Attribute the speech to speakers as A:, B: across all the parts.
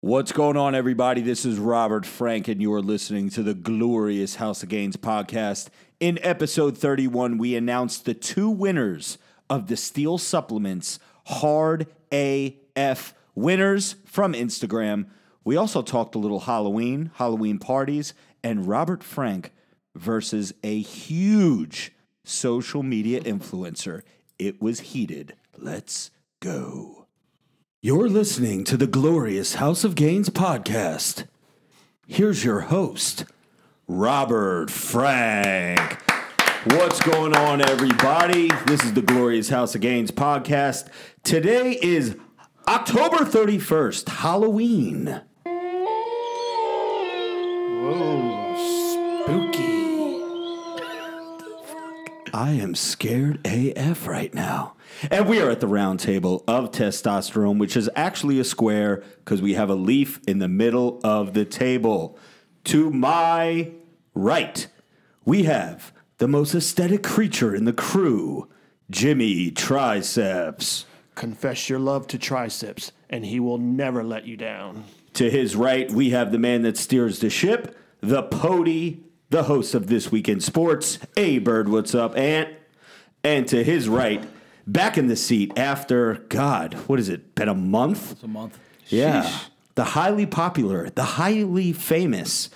A: What's going on, everybody? This is Robert Frank, and you are listening to the glorious House of Gains podcast. In episode 31, we announced the two winners of the Steel Supplements Hard AF winners from Instagram. We also talked a little Halloween, Halloween parties, and Robert Frank versus a huge social media influencer. It was heated. Let's go. You're listening to the glorious House of Gains podcast. Here's your host, Robert Frank. What's going on, everybody? This is the glorious House of Gains podcast. Today is October 31st, Halloween. Spooky. I am scared AF right now. And we are at the round table of testosterone, which is actually a square because we have a leaf in the middle of the table. To my right, we have the most aesthetic creature in the crew, Jimmy Triceps.
B: Confess your love to Triceps, and he will never let you down.
A: To his right, we have the man that steers the ship, the Pody, the host of This Week in Sports, A Bird, what's up, Ant? And to his right, back in the seat after, God, what is it, been a month?
C: a month.
A: Yeah.
C: Sheesh.
A: The highly popular, the highly famous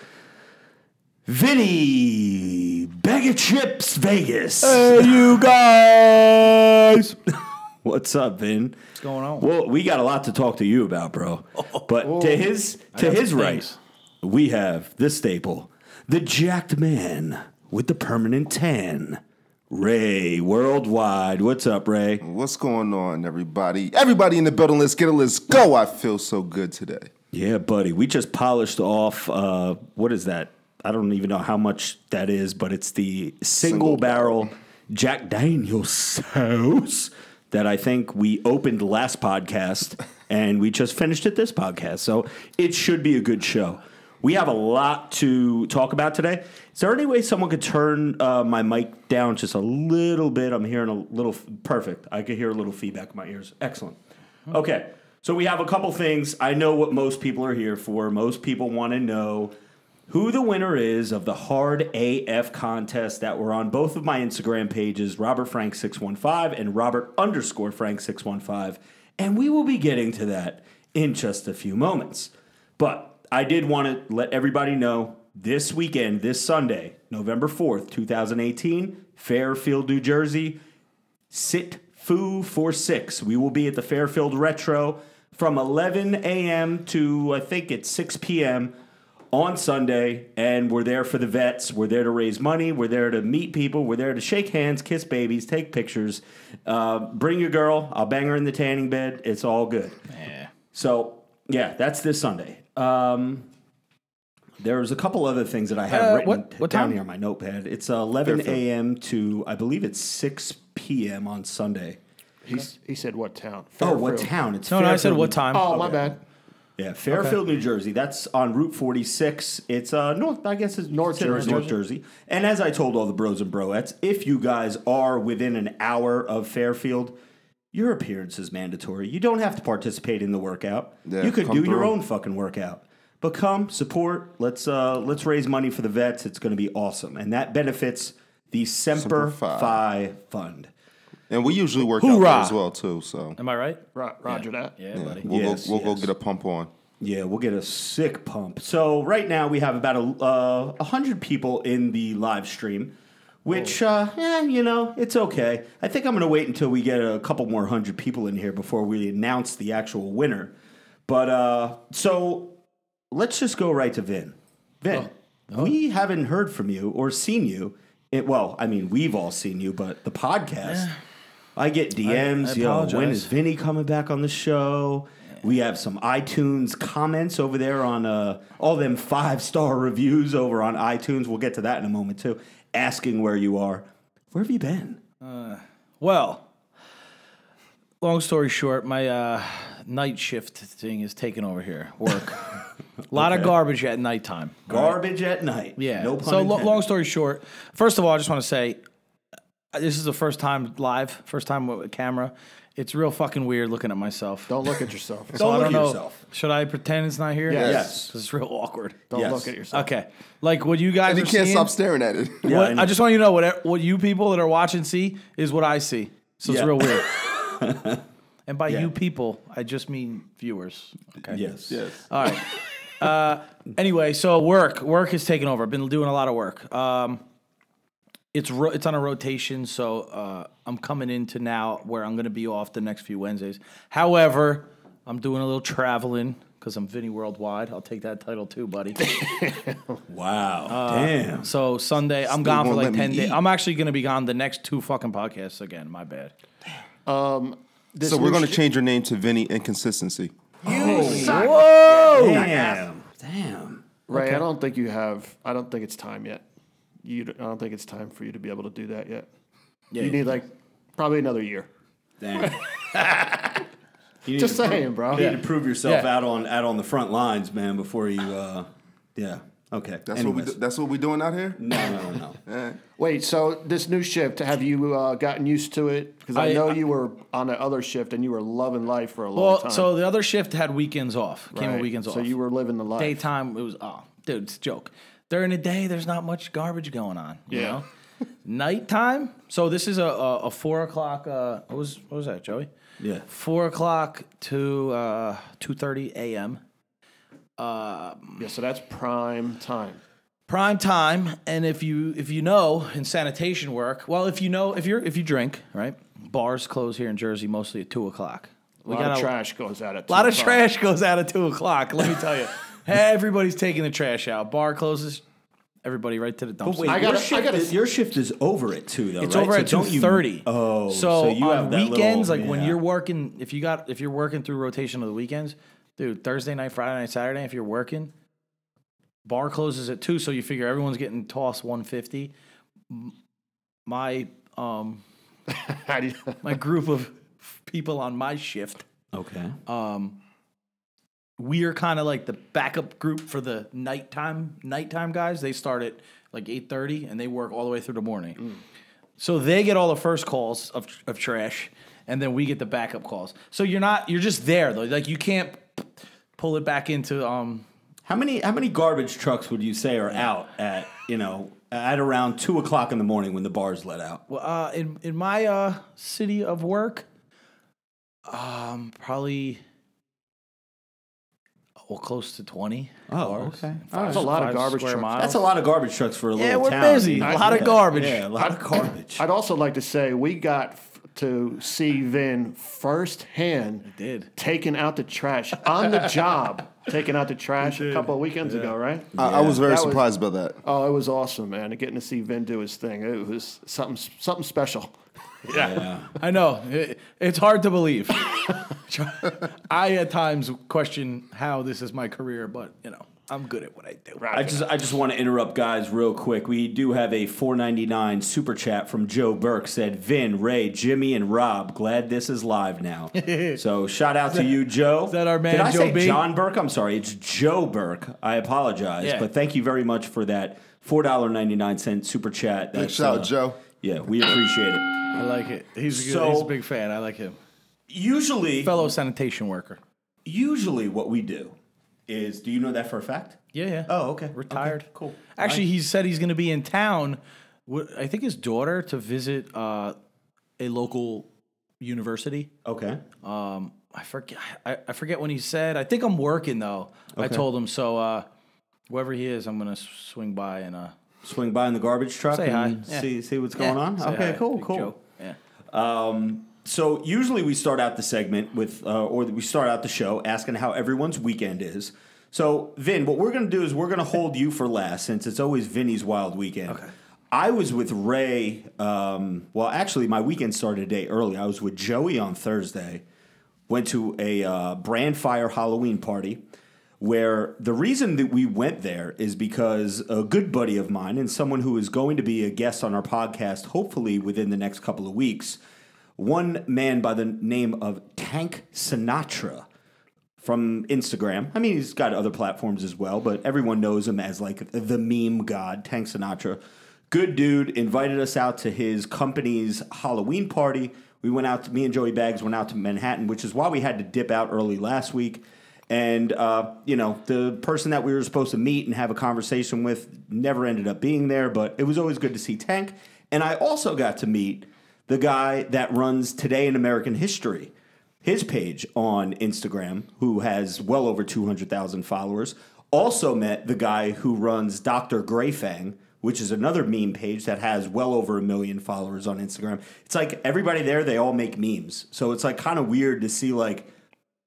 A: Vinny Bag of Chips Vegas.
C: you guys.
A: What's up, Vin? What's
C: going on? Oh.
A: Well, we got a lot to talk to you about, bro. But to his to
C: got
A: his
C: some
A: right,
C: things.
A: we have the staple, the jacked man with the permanent tan, Ray Worldwide. What's up, Ray?
D: What's going on, everybody? Everybody in the building, let's get it. Let's go. I feel so good today.
A: Yeah, buddy. We just polished off. Uh, what is that? I don't even know how much that is, but it's the single,
D: Single
A: barrel, Jack Daniel's sauce that I think we opened last podcast and we just finished it this podcast. So it should be a good show. We have a lot to talk about today. Is there any way someone could turn uh, my mic down just a little bit? I'm hearing a little perfect. I could hear a little feedback in my ears. Excellent. Mm-hmm. Okay. So we have a couple things. I know what most people are here for. Most people want to know who the winner is of the Hard AF contest that were on both of my Instagram pages, Robert Frank 615 and Robert underscore Frank 615. And we will be getting to that in just a few moments. But I did want to let everybody know this weekend, this Sunday, November 4th, 2018, Fairfield, New Jersey, Sit Foo for six. We will be at the Fairfield Retro from 11 a.m. to I think it's 6 p.m. on Sunday, and we're there for the vets. We're there to raise money. We're there to meet people. We're there to shake hands, kiss babies, take pictures. Uh, bring your girl. I'll bang her in the tanning bed. It's all good. So yeah, that's this Sunday. Um, there's a couple other things that I have
C: Uh,
A: written
C: what- what
A: down
C: time?
A: here on my notepad. It's uh, 11 a.m. to I believe it's 6 p.m. on Sunday.
B: He's, he said, What town?
A: Oh, what
B: Fairfield.
A: town? It's
C: No, no, I said
A: Fairfield,
C: what
A: New-
C: time?
B: Oh, my bad.
A: Yeah, Fairfield, New Jersey. That's on Route 46. It's uh north. I guess it's North Jersey. North Jersey. And as I told all the bros and broettes, if you guys are within an hour of Fairfield, your appearance is mandatory. You don't have to participate in the workout.
D: Yeah,
A: you could
D: come
A: do your
D: through.
A: own fucking workout. But come support. Let's uh let's raise money for the vets. It's going to be awesome, and that benefits the Semper,
D: Semper Fi.
A: Fi Fund.
D: And we usually work
C: Hoorah.
D: out there as well too. So
C: Am I right?
B: Ro- Roger that.
C: Yeah, buddy.
D: we'll
A: Yes,
D: go. We'll
A: yes.
D: go get a pump on.
A: Yeah, we'll get a sick pump. So right now we have about a uh, a hundred people in the live stream, which uh, eh, you know it's okay. I think I'm gonna wait until we get a couple more hundred people in here before we announce the actual winner. But uh, so let's just go right to Vin. Vin,
C: Oh,
A: we haven't heard from you or seen you. It, well, I mean, we've all seen you, but the podcast. I get DMs. Yo, when
C: apologize.
A: is Vinny coming back on the show? We have some iTunes comments over there on uh, all them five star reviews over on iTunes. We'll get to that in a moment too. Asking where you are. Where have you been?
C: Well, long story short, my uh, night shift thing is taking over here. Work. A lot of garbage at nighttime.
A: Garbage at night.
C: Yeah.
A: No pun
C: so lo-
A: intended.
C: long story short, first of all, I just want to say uh, this is the first time live, first time with a camera. It's real fucking weird looking at myself.
B: Don't look at yourself.
A: Don't
C: I
A: look
C: don't
A: at
C: know.
A: yourself.
C: Should I pretend it's not here?
B: Yes.
A: Yes.
C: 'Cause It's real awkward.
B: Don't
A: Yes.
B: look at yourself.
C: Okay. Like what you guys
D: And
C: are
D: he can't
C: seeing,
D: stop staring at it.
A: Yeah,
C: what-
A: I
C: I,
A: know.
C: just want you to know what e, what you people that are watching see is what I see. So it's
A: Yeah.
C: real weird. and by
A: Yeah.
C: you people, I just mean viewers. Okay.
A: Yes.
D: Yes.
C: All right. Uh, anyway, so work work is taking over. I've been doing a lot of work. Um, it's ro- it's on a rotation, so uh, I'm coming into now where I'm going to be off the next few Wednesdays. However, I'm doing a little traveling because I'm Vinny Worldwide. I'll take that title too, buddy.
A: Wow.
C: Uh,
A: Damn.
C: so Sunday, I'm gone for
D: won't
C: like
D: let me
C: ten days.
D: eat.
C: I'm actually going to be gone the next two fucking podcasts again. My bad.
B: This
D: So we're
B: new
D: gonna
B: sh-
D: change your name to Vinny Inconsistency.
A: Whoa. Oh, Damn. Damn.
C: Uh,
B: Ray, I don't think you have. I don't think it's time yet. You, d- I don't think it's time for you to be able to do that yet. you need like probably another year.
A: Damn. You need
B: Just
A: to-
B: saying, bro.
A: You need to prove yourself
C: Yeah.
A: out on out on the front lines, man. Before you, uh, yeah. Okay.
D: That's what we.
A: Anyways. Mm,
D: Do, that's what we doing out here.
A: No, no, no, no.
B: Wait, so this new shift, have you uh, gotten used to it? Because I,
C: I-
B: know
C: I-
B: you were on the other shift and you were loving life for a long
C: Well,
B: time.
C: so the other shift had weekends off. Came
B: Right.
C: on weekends
B: So
C: off.
B: you were living the life.
C: daytime it was oh dude it's a joke during the day there's not much garbage going on you
B: Yeah.
C: know nighttime so this is a, a, a four o'clock uh what was what was that joey
A: Yeah.
C: four o'clock to uh 2.30 a.m
B: yeah, so that's prime time.
C: prime time and if you if you know in sanitation work well if you know if you're if you drink right bars close here in jersey mostly at two o'clock
B: A lot of trash goes out at
C: A lot of
B: 2:00.
C: trash goes out at two o'clock. Let me tell you, everybody's taking the trash out. Bar closes, everybody right to the dumpster.
A: Wait,
B: I
A: your,
B: gotta-
A: shift
B: I gotta-
A: is, your shift is over at two, though.
C: It's
A: right?
C: over
A: So
C: at two
A: don't you-
C: thirty.
A: Oh,
C: so,
A: you
C: on
A: have that little-
C: weekends, like when
A: yeah.
C: you're working, if you got if you're working through rotation of the weekends, dude, Thursday night, Friday night, Saturday, if you're working, bar closes at two, so you figure everyone's getting tossed one fifty. My um
B: How do you-
C: my group of people on my shift,
A: okay.
C: we're Um, kind of like the backup group for the nighttime nighttime guys. They start at like eight thirty and they work all the way through the morning.
B: Mm.
C: So they get all the first calls of, of trash, and then we get the backup calls. So you're not you're just there though. Like you can't p- pull it back into um.
A: How many how many garbage trucks would you say are out at you know at around two o'clock in the morning when the bars let out?
C: well, Uh, in in my uh city of work, um, probably well close to twenty.
A: Oh,
C: cars.
A: okay.
C: Five-
B: That's a lot of
C: five
B: garbage
C: square
B: trucks.
C: miles.
A: That's a lot of garbage trucks for a little
C: Oh. Yeah, we're
A: town.
C: busy.
A: know?
C: A lot of
A: Yeah.
C: garbage.
A: Yeah, a lot of garbage.
B: I'd also like to say we got f- to see Vin firsthand
C: Did
B: taking out the trash on the job, taking out the trash a couple of weekends ago, right?
D: I, I was very
B: That was-
D: surprised by that.
B: Oh, it was awesome, man! Getting to see Vin do his thing, it was something something special.
C: I know. It, it's hard to believe. I at times question how this is my career, but you know, I'm good at what I do.
A: I just I just want to interrupt guys real quick. We do have a 499 super chat from Joe Burke said Vin, Ray, Jimmy and Rob, glad this is live now. so shout out to you Joe. Is
C: that our man,
A: Did I
C: Joe
A: say
C: B?
A: John Burke? I'm sorry. It's Joe Burke. I apologize,
C: Yeah.
A: but thank you very much for that $4.99 super chat. That's,
D: shout,
A: uh,
D: Joe.
A: Yeah, we appreciate it.
C: I like it. He's a, good,
A: So-
C: he's a big fan. I like him.
A: Usually
C: Fellow sanitation worker.
A: usually what we do is do you know that for a fact?
C: Yeah, yeah.
A: Oh, okay.
C: Retired.
A: Okay, cool.
C: Actually, he said he's going to be in town. With, I think his daughter to visit uh, a local university.
A: Okay.
C: Um, I forget. I, I forget when he said. I think I'm working though. I told him so. Uh, wherever he is, I'm going to swing by and uh,
A: Swing by in the garbage truck
C: Say hi.
A: and
C: Yeah.
A: see see what's going on.
C: Say
A: Okay,
C: hi.
A: cool,
C: Big
A: cool. Um,
C: Joe. Yeah.
A: So usually we start out the segment with, uh, or we start out the show asking how everyone's weekend is. So Vin, what we're gonna do is we're gonna hold you for last since it's always Vinny's wild weekend. Okay. I was with Ray. Um, well, actually, my weekend started a day early. I was with Joey on Thursday. Went to a uh, brand fire Halloween party. Where the reason that we went there is because a good buddy of mine and someone who is going to be a guest on our podcast, hopefully within the next couple of weeks, one man by the name of Tank Sinatra from Instagram. I mean, he's got other platforms as well, but everyone knows him as like the meme god, Tank Sinatra. Good dude invited us out to his company's Halloween party. We went out. To, me and Joey Bags went out to Manhattan, which is why we had to dip out early last week. And uh, you know, the person that we were supposed to meet and have a conversation with never ended up being there. But it was always good to see Tank. And I also got to meet the guy that runs Today in American History his page on Instagram, who has well over 200,000 followers. Also met the guy who runs Dr. Grayfang, which is another meme page that has well over a million followers on Instagram. It's like everybody there, they all make memes. So it's like kind of weird to see like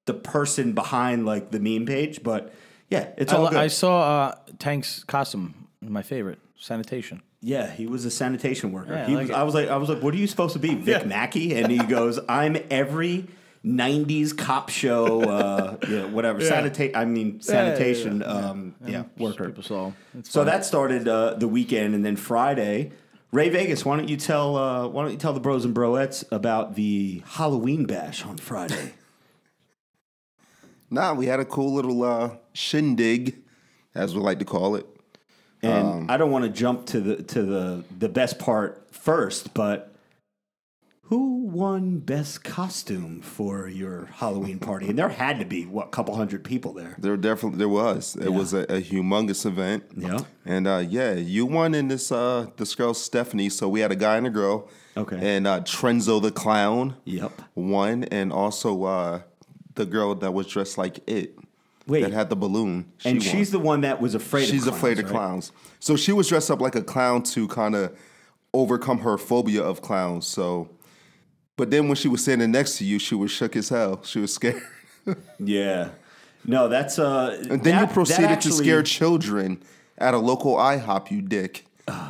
A: the person behind like the meme page, but yeah, it's
C: I,
A: all
C: li-
A: good.
C: I saw uh, Tank's costume, my favorite, sanitation.
A: Yeah, he was a sanitation worker.
C: Yeah, I
A: he
C: like
A: was,
C: it.
A: I was like, I was like, what are you supposed to be, Vic Mackey? And he goes, I'm every '90s cop show, uh, yeah, whatever. Sanita- I mean, sanitation. Um, yeah, worker.
C: People saw. It's
A: So that started uh, the weekend, and then Friday, Ray Vegas. Why don't you tell uh, Why don't you tell the bros and broettes about the Halloween bash on Friday?
D: Nah, we had a cool little uh, shindig, as we like to call it.
A: And
D: Um,
A: I don't want to jump to the to the the best part first, but who won best costume for your Halloween party? And there had to be what couple hundred people there.
D: There definitely there was. It was a, a humongous event.
A: Yeah.
D: And uh, yeah, you won in this uh, this girl Stephanie. So we had a guy and a girl.
A: Okay.
D: And uh, Trenzo the clown.
A: Yep.
D: Won, and also uh, the girl that was dressed like it.
A: Wait.
D: That had the balloon. She
A: and
D: won.
A: she's the one that was afraid.
D: she's
A: of clowns,
D: afraid of
A: right?
D: clowns. So she was dressed up like a clown to kind of overcome her phobia of clowns. So, but then when she was standing next to you, she was shook as hell. She was scared.
A: Yeah. No, that's uh.
D: And then
A: that-
D: you
A: that
D: proceeded to
A: actually-
D: scare children at a local IHOP, you dick.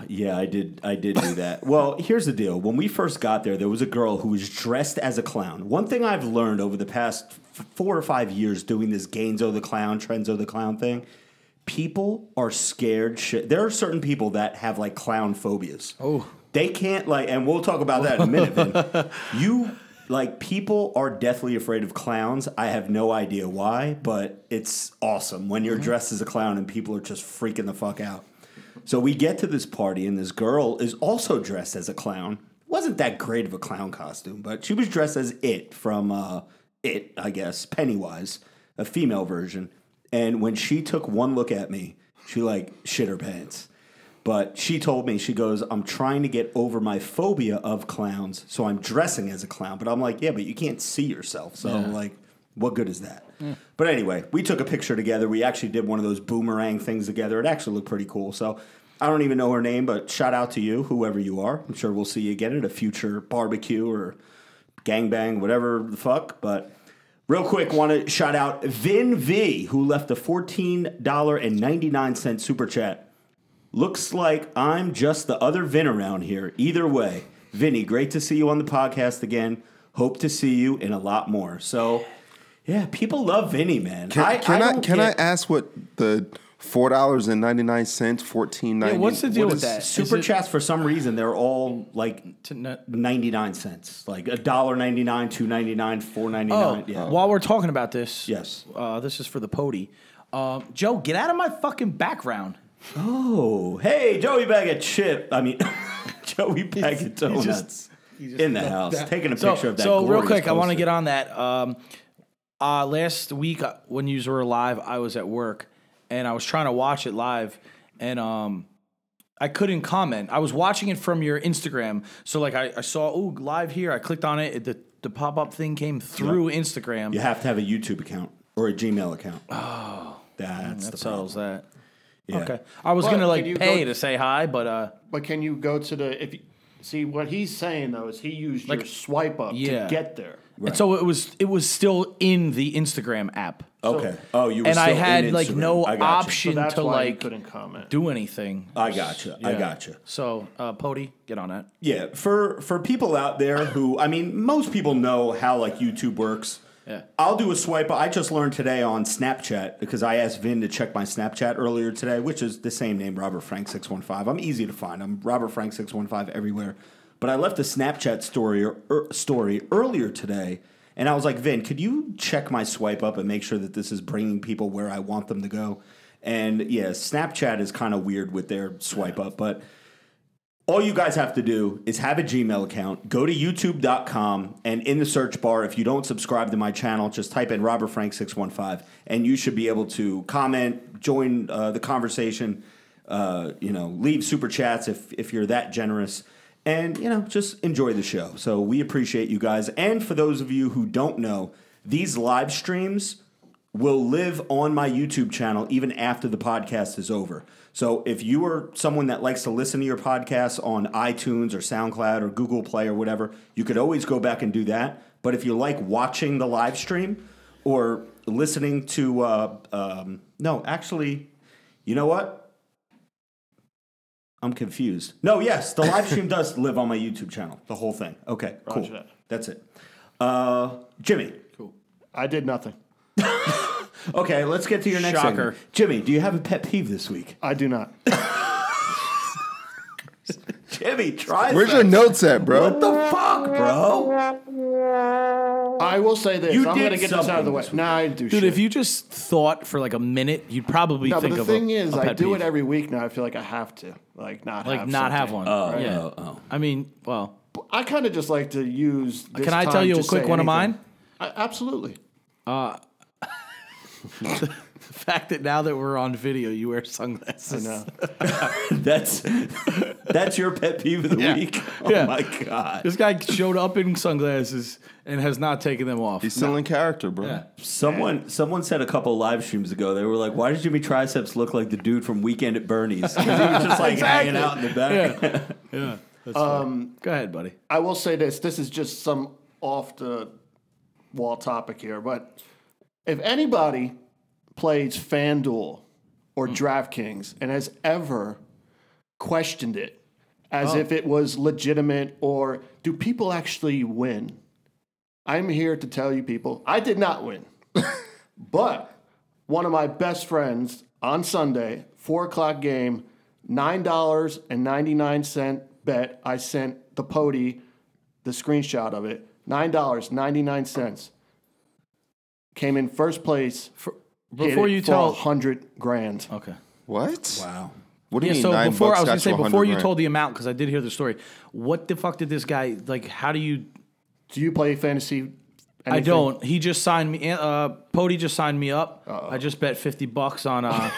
A: Yeah, I did. I did do that. well, here's the deal. When we first got there, there was a girl who was dressed as a clown. One thing I've learned over the past f- four or five years doing this Gainzo the clown, Trenzo the clown thing, people are scared. Shit. There are certain people that have like clown phobias. Oh, they can't like, and we'll talk about that in a minute. Vin. you like people are deathly afraid of clowns. I have no idea why, but it's awesome when you're dressed as a clown and people are just freaking the fuck out. So we get to this party, and this girl is also dressed as a clown. Wasn't that great of a clown costume, but she was dressed as it from uh, it, I guess, Pennywise, a female version. And when she took one look at me, she like shit her pants. But she told me, she goes, I'm trying to get over my phobia of clowns, so I'm dressing as a clown. But I'm like, yeah, but you can't see yourself. So, like, what good is that? But anyway, we took a picture together. We actually did one of those boomerang things together. It actually looked pretty cool. So, I don't even know her name, but shout out to you, whoever you are. I'm sure we'll see you again at a future barbecue or gangbang, whatever the fuck. But Real quick, want to shout out Vin V, who left a $14.99 super chat. Looks like I'm just the other Vin around here. Either way, Vinny, great to see you on the podcast again. Hope to see you in a lot more. So, yeah, people love Vinny, man.
D: Can I, can I,
A: don't
D: can I
A: get-
D: ask what the four dollars and ninety nine cents, fourteen ninety?
C: Yeah, what's the deal
A: what
C: with
A: is-
C: that?
A: Super
C: Is it-
A: chats, for some reason, they're all like
C: to not-
A: 99 cents. Like $1.99, $2.99, $4.99.
C: Oh,
A: yeah.
C: while we're talking about this,
A: Yes.
C: uh, this is for the pody. Um, Joe, get out of my fucking background.
A: Oh, hey, Joey Bag of Chip. I mean, Joey Bag of Donuts in the house, taking a
C: So,
A: picture of that.
C: so real
A: glorious
C: quick, I want to
A: poster.
C: get on that. Um, uh, last week uh, when you were live, I was at work and I was trying to watch it live, and um, I couldn't comment. I was watching it from your Instagram, so like I, I saw oh live here. I clicked on it. it the the pop up thing came through Instagram.
A: You have to have a YouTube account or a Gmail account. Oh, that's,
C: that
A: the problem.
C: settles that.
A: Yeah.
C: Okay, I was
B: But
C: gonna
B: can
C: like
B: you
C: pay
B: go-
C: to say hi, but uh,
B: But can you go to the if you, see what he's saying though is he used your swipe up
C: Yeah.
B: to get there.
C: and so it was it was still in the Instagram app,
A: Okay. oh, you were
C: and I
A: still in
C: had like
A: Instagram.
C: no
A: I gotcha.
B: So
C: option
B: that's
C: to
B: why like,
C: like
B: couldn't comment.
C: do anything.
A: I gotcha. I gotcha.
C: So, uh, Pody, get on that.
A: Yeah, for for people out there who I mean, most people know how like YouTube works.
C: Yeah.
A: I'll do a swipe. I just learned today on Snapchat because I asked Vin to check my Snapchat earlier today, which is the same name, Robert Frank six one five. I'm easy to find. I'm Robert Frank six one five everywhere. But I left a Snapchat story or, er, story earlier today, and I was like, Vin, could you check my swipe up and make sure that this is bringing people where I want them to go? And yeah, Snapchat is kind of weird with their swipe up, but All you guys have to do is have a Gmail account, go to youtube.com, and in the search bar, if you don't subscribe to my channel, just type in Robert Frank 615, and you should be able to comment, join uh, the conversation, uh, you know, leave super chats if, if you're that generous, and, you know, just enjoy the show. So we appreciate you guys. And for those of you who don't know, these live streams will live on my YouTube channel even after the podcast is over. So if you are someone that likes to listen to your podcasts on iTunes or SoundCloud or Google Play or whatever, you could always go back and do that. But if you like watching the live stream or listening to, uh, um, no, actually, you know what? I'm confused. No, yes, the live stream does live on my YouTube channel, the whole thing. Okay, cool.
B: that.
A: That's it. Uh, Jimmy.
B: I did nothing.
A: Okay, let's get to your next
C: Shocker.
A: segment. Jimmy, do you have a pet peeve this week?
B: I do not.
A: Jimmy, try
D: Where's
A: that.
D: your notes at, bro?
A: What the fuck, bro?
B: I will say this.
A: You
B: I'm
A: did
B: going to get this out of the
A: something
B: way.
A: this
B: Nah, I didn't do
C: Dude,
B: shit.
C: if you just thought for like a minute, you'd probably
B: no,
C: think
B: but the
C: of
B: thing
C: a,
B: is,
C: a
B: I
C: pet
B: do
C: peeve.
B: it every week now. I feel like I have to, like, not
C: like
B: have
C: not have
B: something.
C: one.
A: Oh,
C: yeah.
A: oh, oh.
C: I mean, well,
B: I kind of just like to use. This
C: Can I tell
B: time
C: you
B: to
C: a quick
B: say
C: one of
B: anything.
C: mine?
B: I, absolutely.
C: the fact that now that we're on video, you wear sunglasses.
B: No.
A: That's that's your pet peeve of the
C: Yeah.
A: week. Oh
C: Yeah.
A: my god.
C: This guy showed up in sunglasses and has not taken them off.
D: He's still in character, bro.
C: Yeah.
A: Someone someone said a couple live streams ago they were like, "Why does Jimmy Triceps look like the dude from Weekend at Bernie's?" 'Cause he was just like hanging out in the back.
C: Yeah. yeah. That's um, Go ahead, buddy.
B: I will say this. This is just some off the wall topic here, but if anybody plays FanDuel or
C: Hmm.
B: DraftKings and has ever questioned it
C: Oh.
B: as if it was legitimate or do people actually win? I'm here to tell you people, I did not win. but one of my best friends on Sunday, four o'clock game, nine dollars and ninety nine cent bet. I sent the Pody the screenshot of it. Nine dollars ninety nine cents came in first place. For,
C: before you tell- Oh.
B: hundred grand.
C: Okay.
D: What?
A: Wow.
D: What do
C: Yeah.
D: you mean?
C: So
D: nine
C: before
D: bucks
C: I was
D: got
C: gonna say
D: you 100
C: before you
D: grand?
C: told the amount because I did hear the story. What the fuck did this guy like? How do you?
B: Do you play fantasy?
C: I
B: anything?
C: don't. He just signed me. Uh, Pody just signed me up. I just bet fifty bucks on. Uh,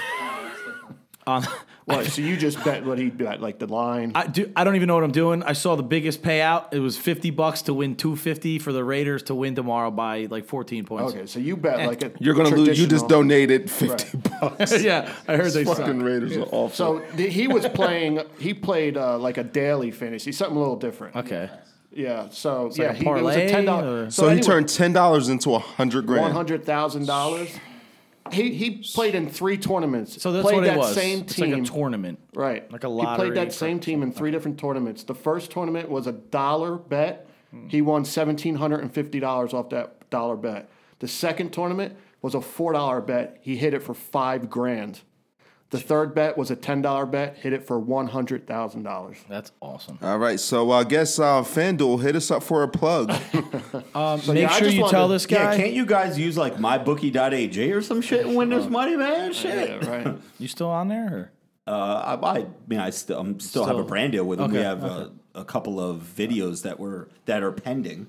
C: on
B: What, so you just bet what he bet, like the line.
C: I do. I don't even know what I'm doing. I saw the biggest payout. It was fifty bucks to win two fifty for the Raiders to win tomorrow by like fourteen points.
B: okay, so you bet like a.
D: You're gonna lose. You
B: traditional-
D: just donated fifty bucks.
C: yeah, I heard they
D: Fucking
C: suck.
D: Raiders are awful.
B: So the, he was playing. He played uh, like a daily fantasy, something a little different.
C: Okay.
B: Yeah. So yeah, he, it
C: like a
B: was
C: parlay,
B: a ten dollar.
C: or-
D: So he turned ten dollars into a hundred grand.
B: one hundred thousand dollars. He he played in three tournaments.
C: So that's
B: played
C: what
B: that
C: it was.
B: Same
C: It's
B: team.
C: like a tournament.
B: Right.
C: Like a
B: He played
C: lottery
B: that same team in three different tournaments. The first tournament was a dollar bet.
C: Hmm.
B: He won seventeen hundred and fifty dollars off that dollar bet. The second tournament was a four dollar bet. He hit it for five grand. The third bet was a ten dollar bet. Hit it for one hundred thousand dollars.
C: That's awesome.
D: All right, so I guess uh, FanDuel hit us up for a plug.
C: Um, Make
B: yeah, I
C: sure
B: just
C: you
B: wanted-
C: tell this guy.
A: Yeah, can't you guys use like mybookie.ag or some shit and win this money, man? Shit.
B: Yeah, right.
C: you still on there? Or?
A: Uh, I, I mean, I still, I'm still, have a
C: Still-
A: brand deal with them. We
C: okay,
A: have uh a, couple of videos that were that are pending.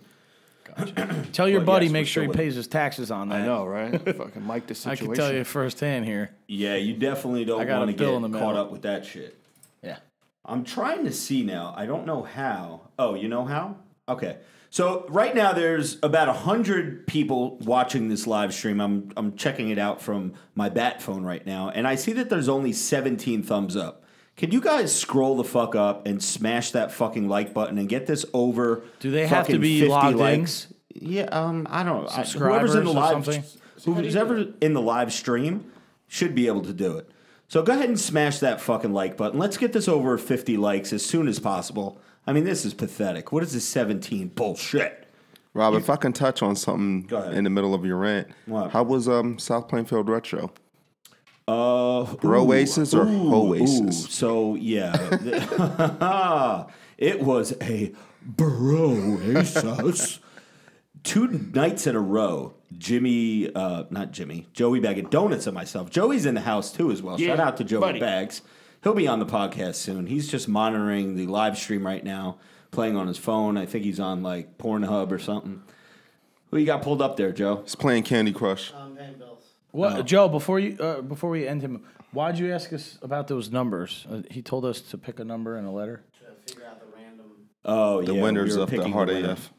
C: Tell your
A: Well,
C: buddy,
A: yes, we're
C: make sure
A: still
C: he
A: with
C: pays his taxes on that.
B: I know, right? Fucking Mike, the
C: I
B: situation.
C: can tell you firsthand here.
A: Yeah, you definitely don't
C: I got a
A: want to
C: bill
A: get
C: in the mail.
A: caught up with that shit.
C: Yeah.
A: I'm trying to see now. I don't know how. Oh, you know how? Okay. So right now there's about a hundred people watching this live stream. I'm I'm checking it out from my bat phone right now, and I see that there's only 17 thumbs up. Can you guys scroll the fuck up and smash that fucking like button and get this over?
C: Do they have to
A: fucking
C: be
A: 50
C: logged in?
A: likes? Yeah, um, I don't know. I- Whoever's in
C: Subscribers
A: the
C: or
A: live,
C: something?
A: who's ever in the live stream should be able to do it. So go ahead and smash that fucking like button. Let's get this over 50 likes as soon as possible. I mean, this is pathetic. What is this 17 bullshit?
D: Rob, if I can touch on something
A: Go ahead.
D: in the middle of your rant,
A: What?
D: how was um, South Plainfield retro?
A: Uh,
D: Broasis or
A: ooh,
D: hoasis?
A: so yeah, it was a broasis. Two nights in a row, Jimmy, uh, not Jimmy, Joey Bag of Donuts and myself. Joey's in the house too as well. Shout
B: Yeah,
A: out to Joey
B: buddy.
A: Bags. He'll be on the podcast soon. He's just monitoring the live stream right now, playing on his phone. I think he's on like Pornhub or something. Who you got pulled up there, Joe?
D: He's playing Candy Crush.
E: I'm paying bills.
C: What, Joe? Before you, uh, before we end him, why'd you ask us about those numbers? Uh, he told us to pick a number and a letter.
E: To figure out the random.
A: Oh,
D: The
A: yeah,
D: winners
A: we were
D: of the
A: picking
D: Hard
A: winner.
D: AF.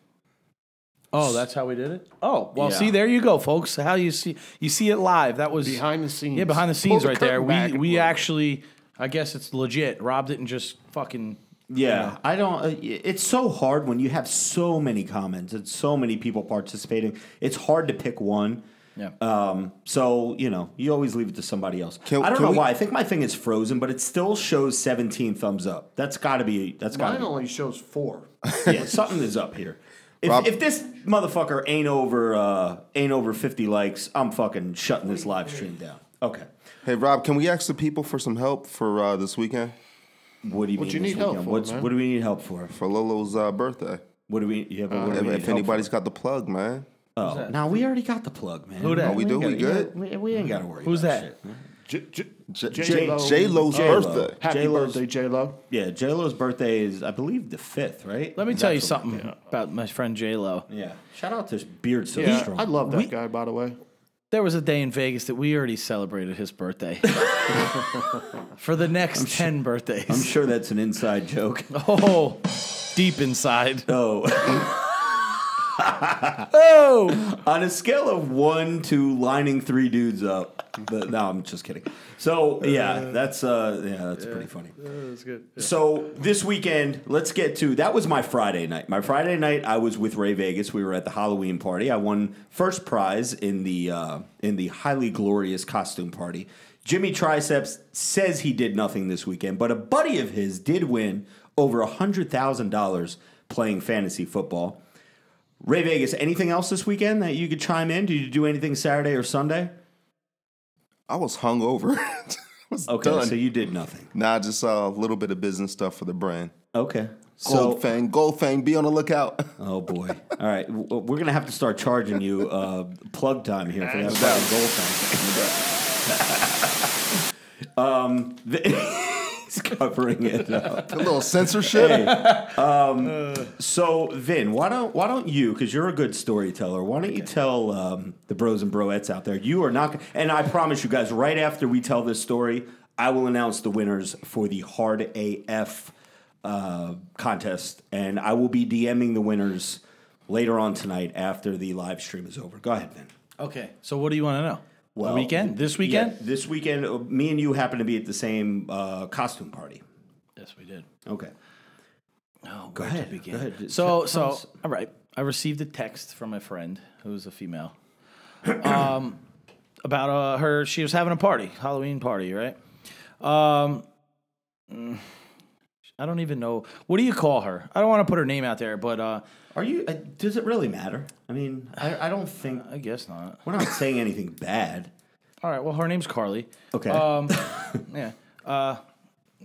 C: Oh, that's how we did it. Oh, well,
A: Yeah.
C: see, there you go, folks. How you see you see it live. That was
B: Behind the scenes.
C: Yeah, behind the
B: Pull
C: scenes,
B: the
C: right there.
B: curtain
C: We
B: back a
C: we
B: little bit.
C: actually, I guess it's legit. Rob didn't just fucking.
A: Yeah, I don't. uh, It's so hard when you have so many comments and so many people participating. It's hard to pick one.
C: Yeah.
A: Um, so you know, you always leave it to somebody else.
D: Can-
A: I don't
D: can
A: know
D: we-
A: why. I think my thing is frozen, but it still shows 17 thumbs up. That's got to be. That's got
B: Mine
A: to
B: only shows four.
A: be. Yeah, something is up here. If,
D: Rob-
A: if this motherfucker ain't over, uh, ain't over 50 likes, I'm fucking shutting this live stream down. Okay.
D: Hey, Rob, can we ask the people for some help for uh, this weekend?
A: What do you
B: What
A: mean?
B: you
A: this
B: need help
A: weekend?
B: for,
A: What's,
B: man?
A: What do we need help for?
D: For Lolo's uh, birthday.
A: What do we? Yeah, but
B: Uh,
A: what do
D: If,
A: we need
D: if
A: help for?
D: anybody's got the plug, man.
A: Oh, now we already got the plug, man.
C: Who dat?
D: Oh, we do?
A: ain't
D: We
A: gotta-
D: good?
A: yeah, we, we ain't got to worry.
C: Who's
A: about
C: that?
A: shit.
B: J- J-
D: J-
B: J-Lo.
D: J- Lo's
A: J-Lo.
D: birthday.
B: Happy
A: J-Lo's-
B: birthday, J Lo.
A: Yeah, J Lo's birthday is, I believe, the fifth, right?
C: Let me tell you something about my friend J Lo.
A: Yeah. Shout out to Beard so
B: Yeah,
A: strong.
B: I love that
C: We-
B: guy. By the way,
C: There was a day in Vegas that we already celebrated his birthday for the next ten birthdays.
A: I'm sure that's an inside joke.
C: Oh, deep inside.
A: Oh,
C: Oh,
A: on a scale of one to lining three dudes up. But, no, I'm just kidding. So yeah, that's uh, yeah, that's pretty funny.
C: that's good.
A: So this weekend, let's get to that. Was my Friday night. My Friday night, I was with Ray Vegas. We were at the Halloween party. I won first prize in the uh, in the highly glorious costume party. Jimmy Triceps says he did nothing this weekend, but a buddy of his did win over hundred thousand dollars playing fantasy football. Ray Vegas, anything else this weekend that you could chime in? Did you do anything Saturday or Sunday?
D: I was hungover. I was
A: Okay,
D: done.
A: so you did nothing.
D: Nah, I just saw a little bit of business stuff for the brand.
A: Okay, so
D: Gold Fang, Gold Fang, be on the lookout.
A: Oh boy! All right, W- we're gonna have to start charging you uh, plug time here for that
B: Thanks.
A: fucking goal thing. um, the- he's covering it up.
D: a little censorship.
A: So, Vin, why don't why don't you? Because you're a good storyteller. Why don't you tell um, the bros and broettes out there? You are not. And I promise you guys, right after we tell this story, I will announce the winners for the Hard AF uh, contest, and I will be DMing the winners later on tonight after the live stream is over. Go ahead, Vin.
C: Okay, so what do you want to know? the weekend? This
A: Yeah,
C: weekend?
A: this weekend, uh, me and you happen to be at the same uh, costume party.
C: Yes, we did.
A: Okay.
C: Oh,
A: Go
C: where
A: ahead,
C: To begin?
A: go ahead.
C: So,
A: Tell
C: so
A: us.
C: all right. I received a text from a friend who's a female. Um, about uh, her, she was having a party, Halloween party, right? Um, mm, I don't even know what do you call her. I don't want to put her name out there, but uh,
A: Are you? Uh, does it really matter? I mean, I, I don't think
C: I guess not.
A: we're not saying anything bad.
C: All right. Well, her name's Carly.
A: Okay.
C: Um, yeah. Uh,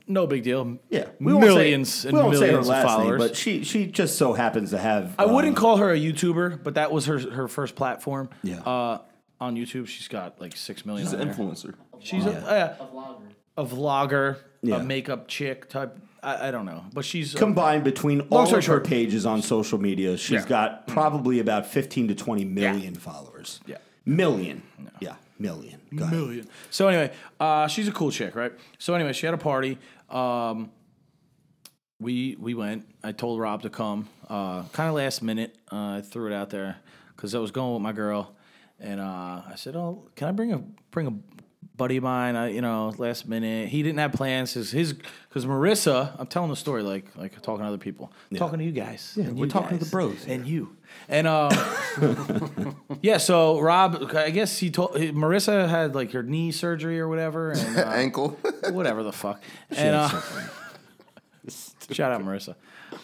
C: no big deal.
A: yeah. won't say-
C: Millions and
A: we won't say her
C: millions of
A: last name,
C: followers.
A: but she she just so happens to have. um,
C: I wouldn't call her a YouTuber, but that was her her first platform.
A: Yeah.
C: Uh, on YouTube, she's got like six million.
D: He's
C: She's,
D: an influencer.
C: she's a, uh,
E: A vlogger.
C: a vlogger,
A: Yeah.
C: a makeup chick type. I, I don't know, but she's uh,
A: Combined between all
C: story
A: of her
C: short.
A: pages on social media, she's
C: Yeah.
A: got probably about fifteen to twenty million followers.
C: Yeah.
A: million. Yeah, million. Go ahead.
C: million. So anyway, uh, she's a cool chick, right? So anyway, she had a party. Um, we we went. I told Rob to come. Uh, kind of last minute, uh, I threw it out there because I was going with my girl, and uh, I said, "Oh, can I bring a bring a buddy of mine?" I, you know, last minute. He didn't have plans. His his because Marissa. I'm telling the story like like I'm talking to other people, talking to you guys. Yeah,
A: we're talking to the bros
C: and you and um. Yeah, so Rob, I guess he told Marissa had like her knee surgery or whatever, and uh,
D: Ankle.
C: whatever the fuck. And uh, shout out Marissa.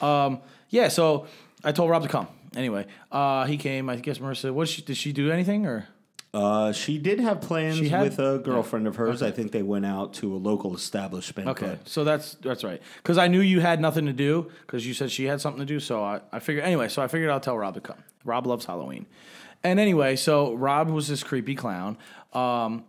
C: Um, yeah, so I told Rob to come. Anyway, uh, he came. I guess Marissa, what she, did she do anything or?
A: Uh, she did have plans
C: She had-
A: with a girlfriend of hers. I think they went out to a local establishment.
C: Okay,
A: but-
C: so that's that's right. Because I knew you had nothing to do because you said she had something to do. So I, I figured anyway. So I figured I'll tell Rob to come. Rob loves Halloween, and anyway, so Rob was this creepy clown. Um,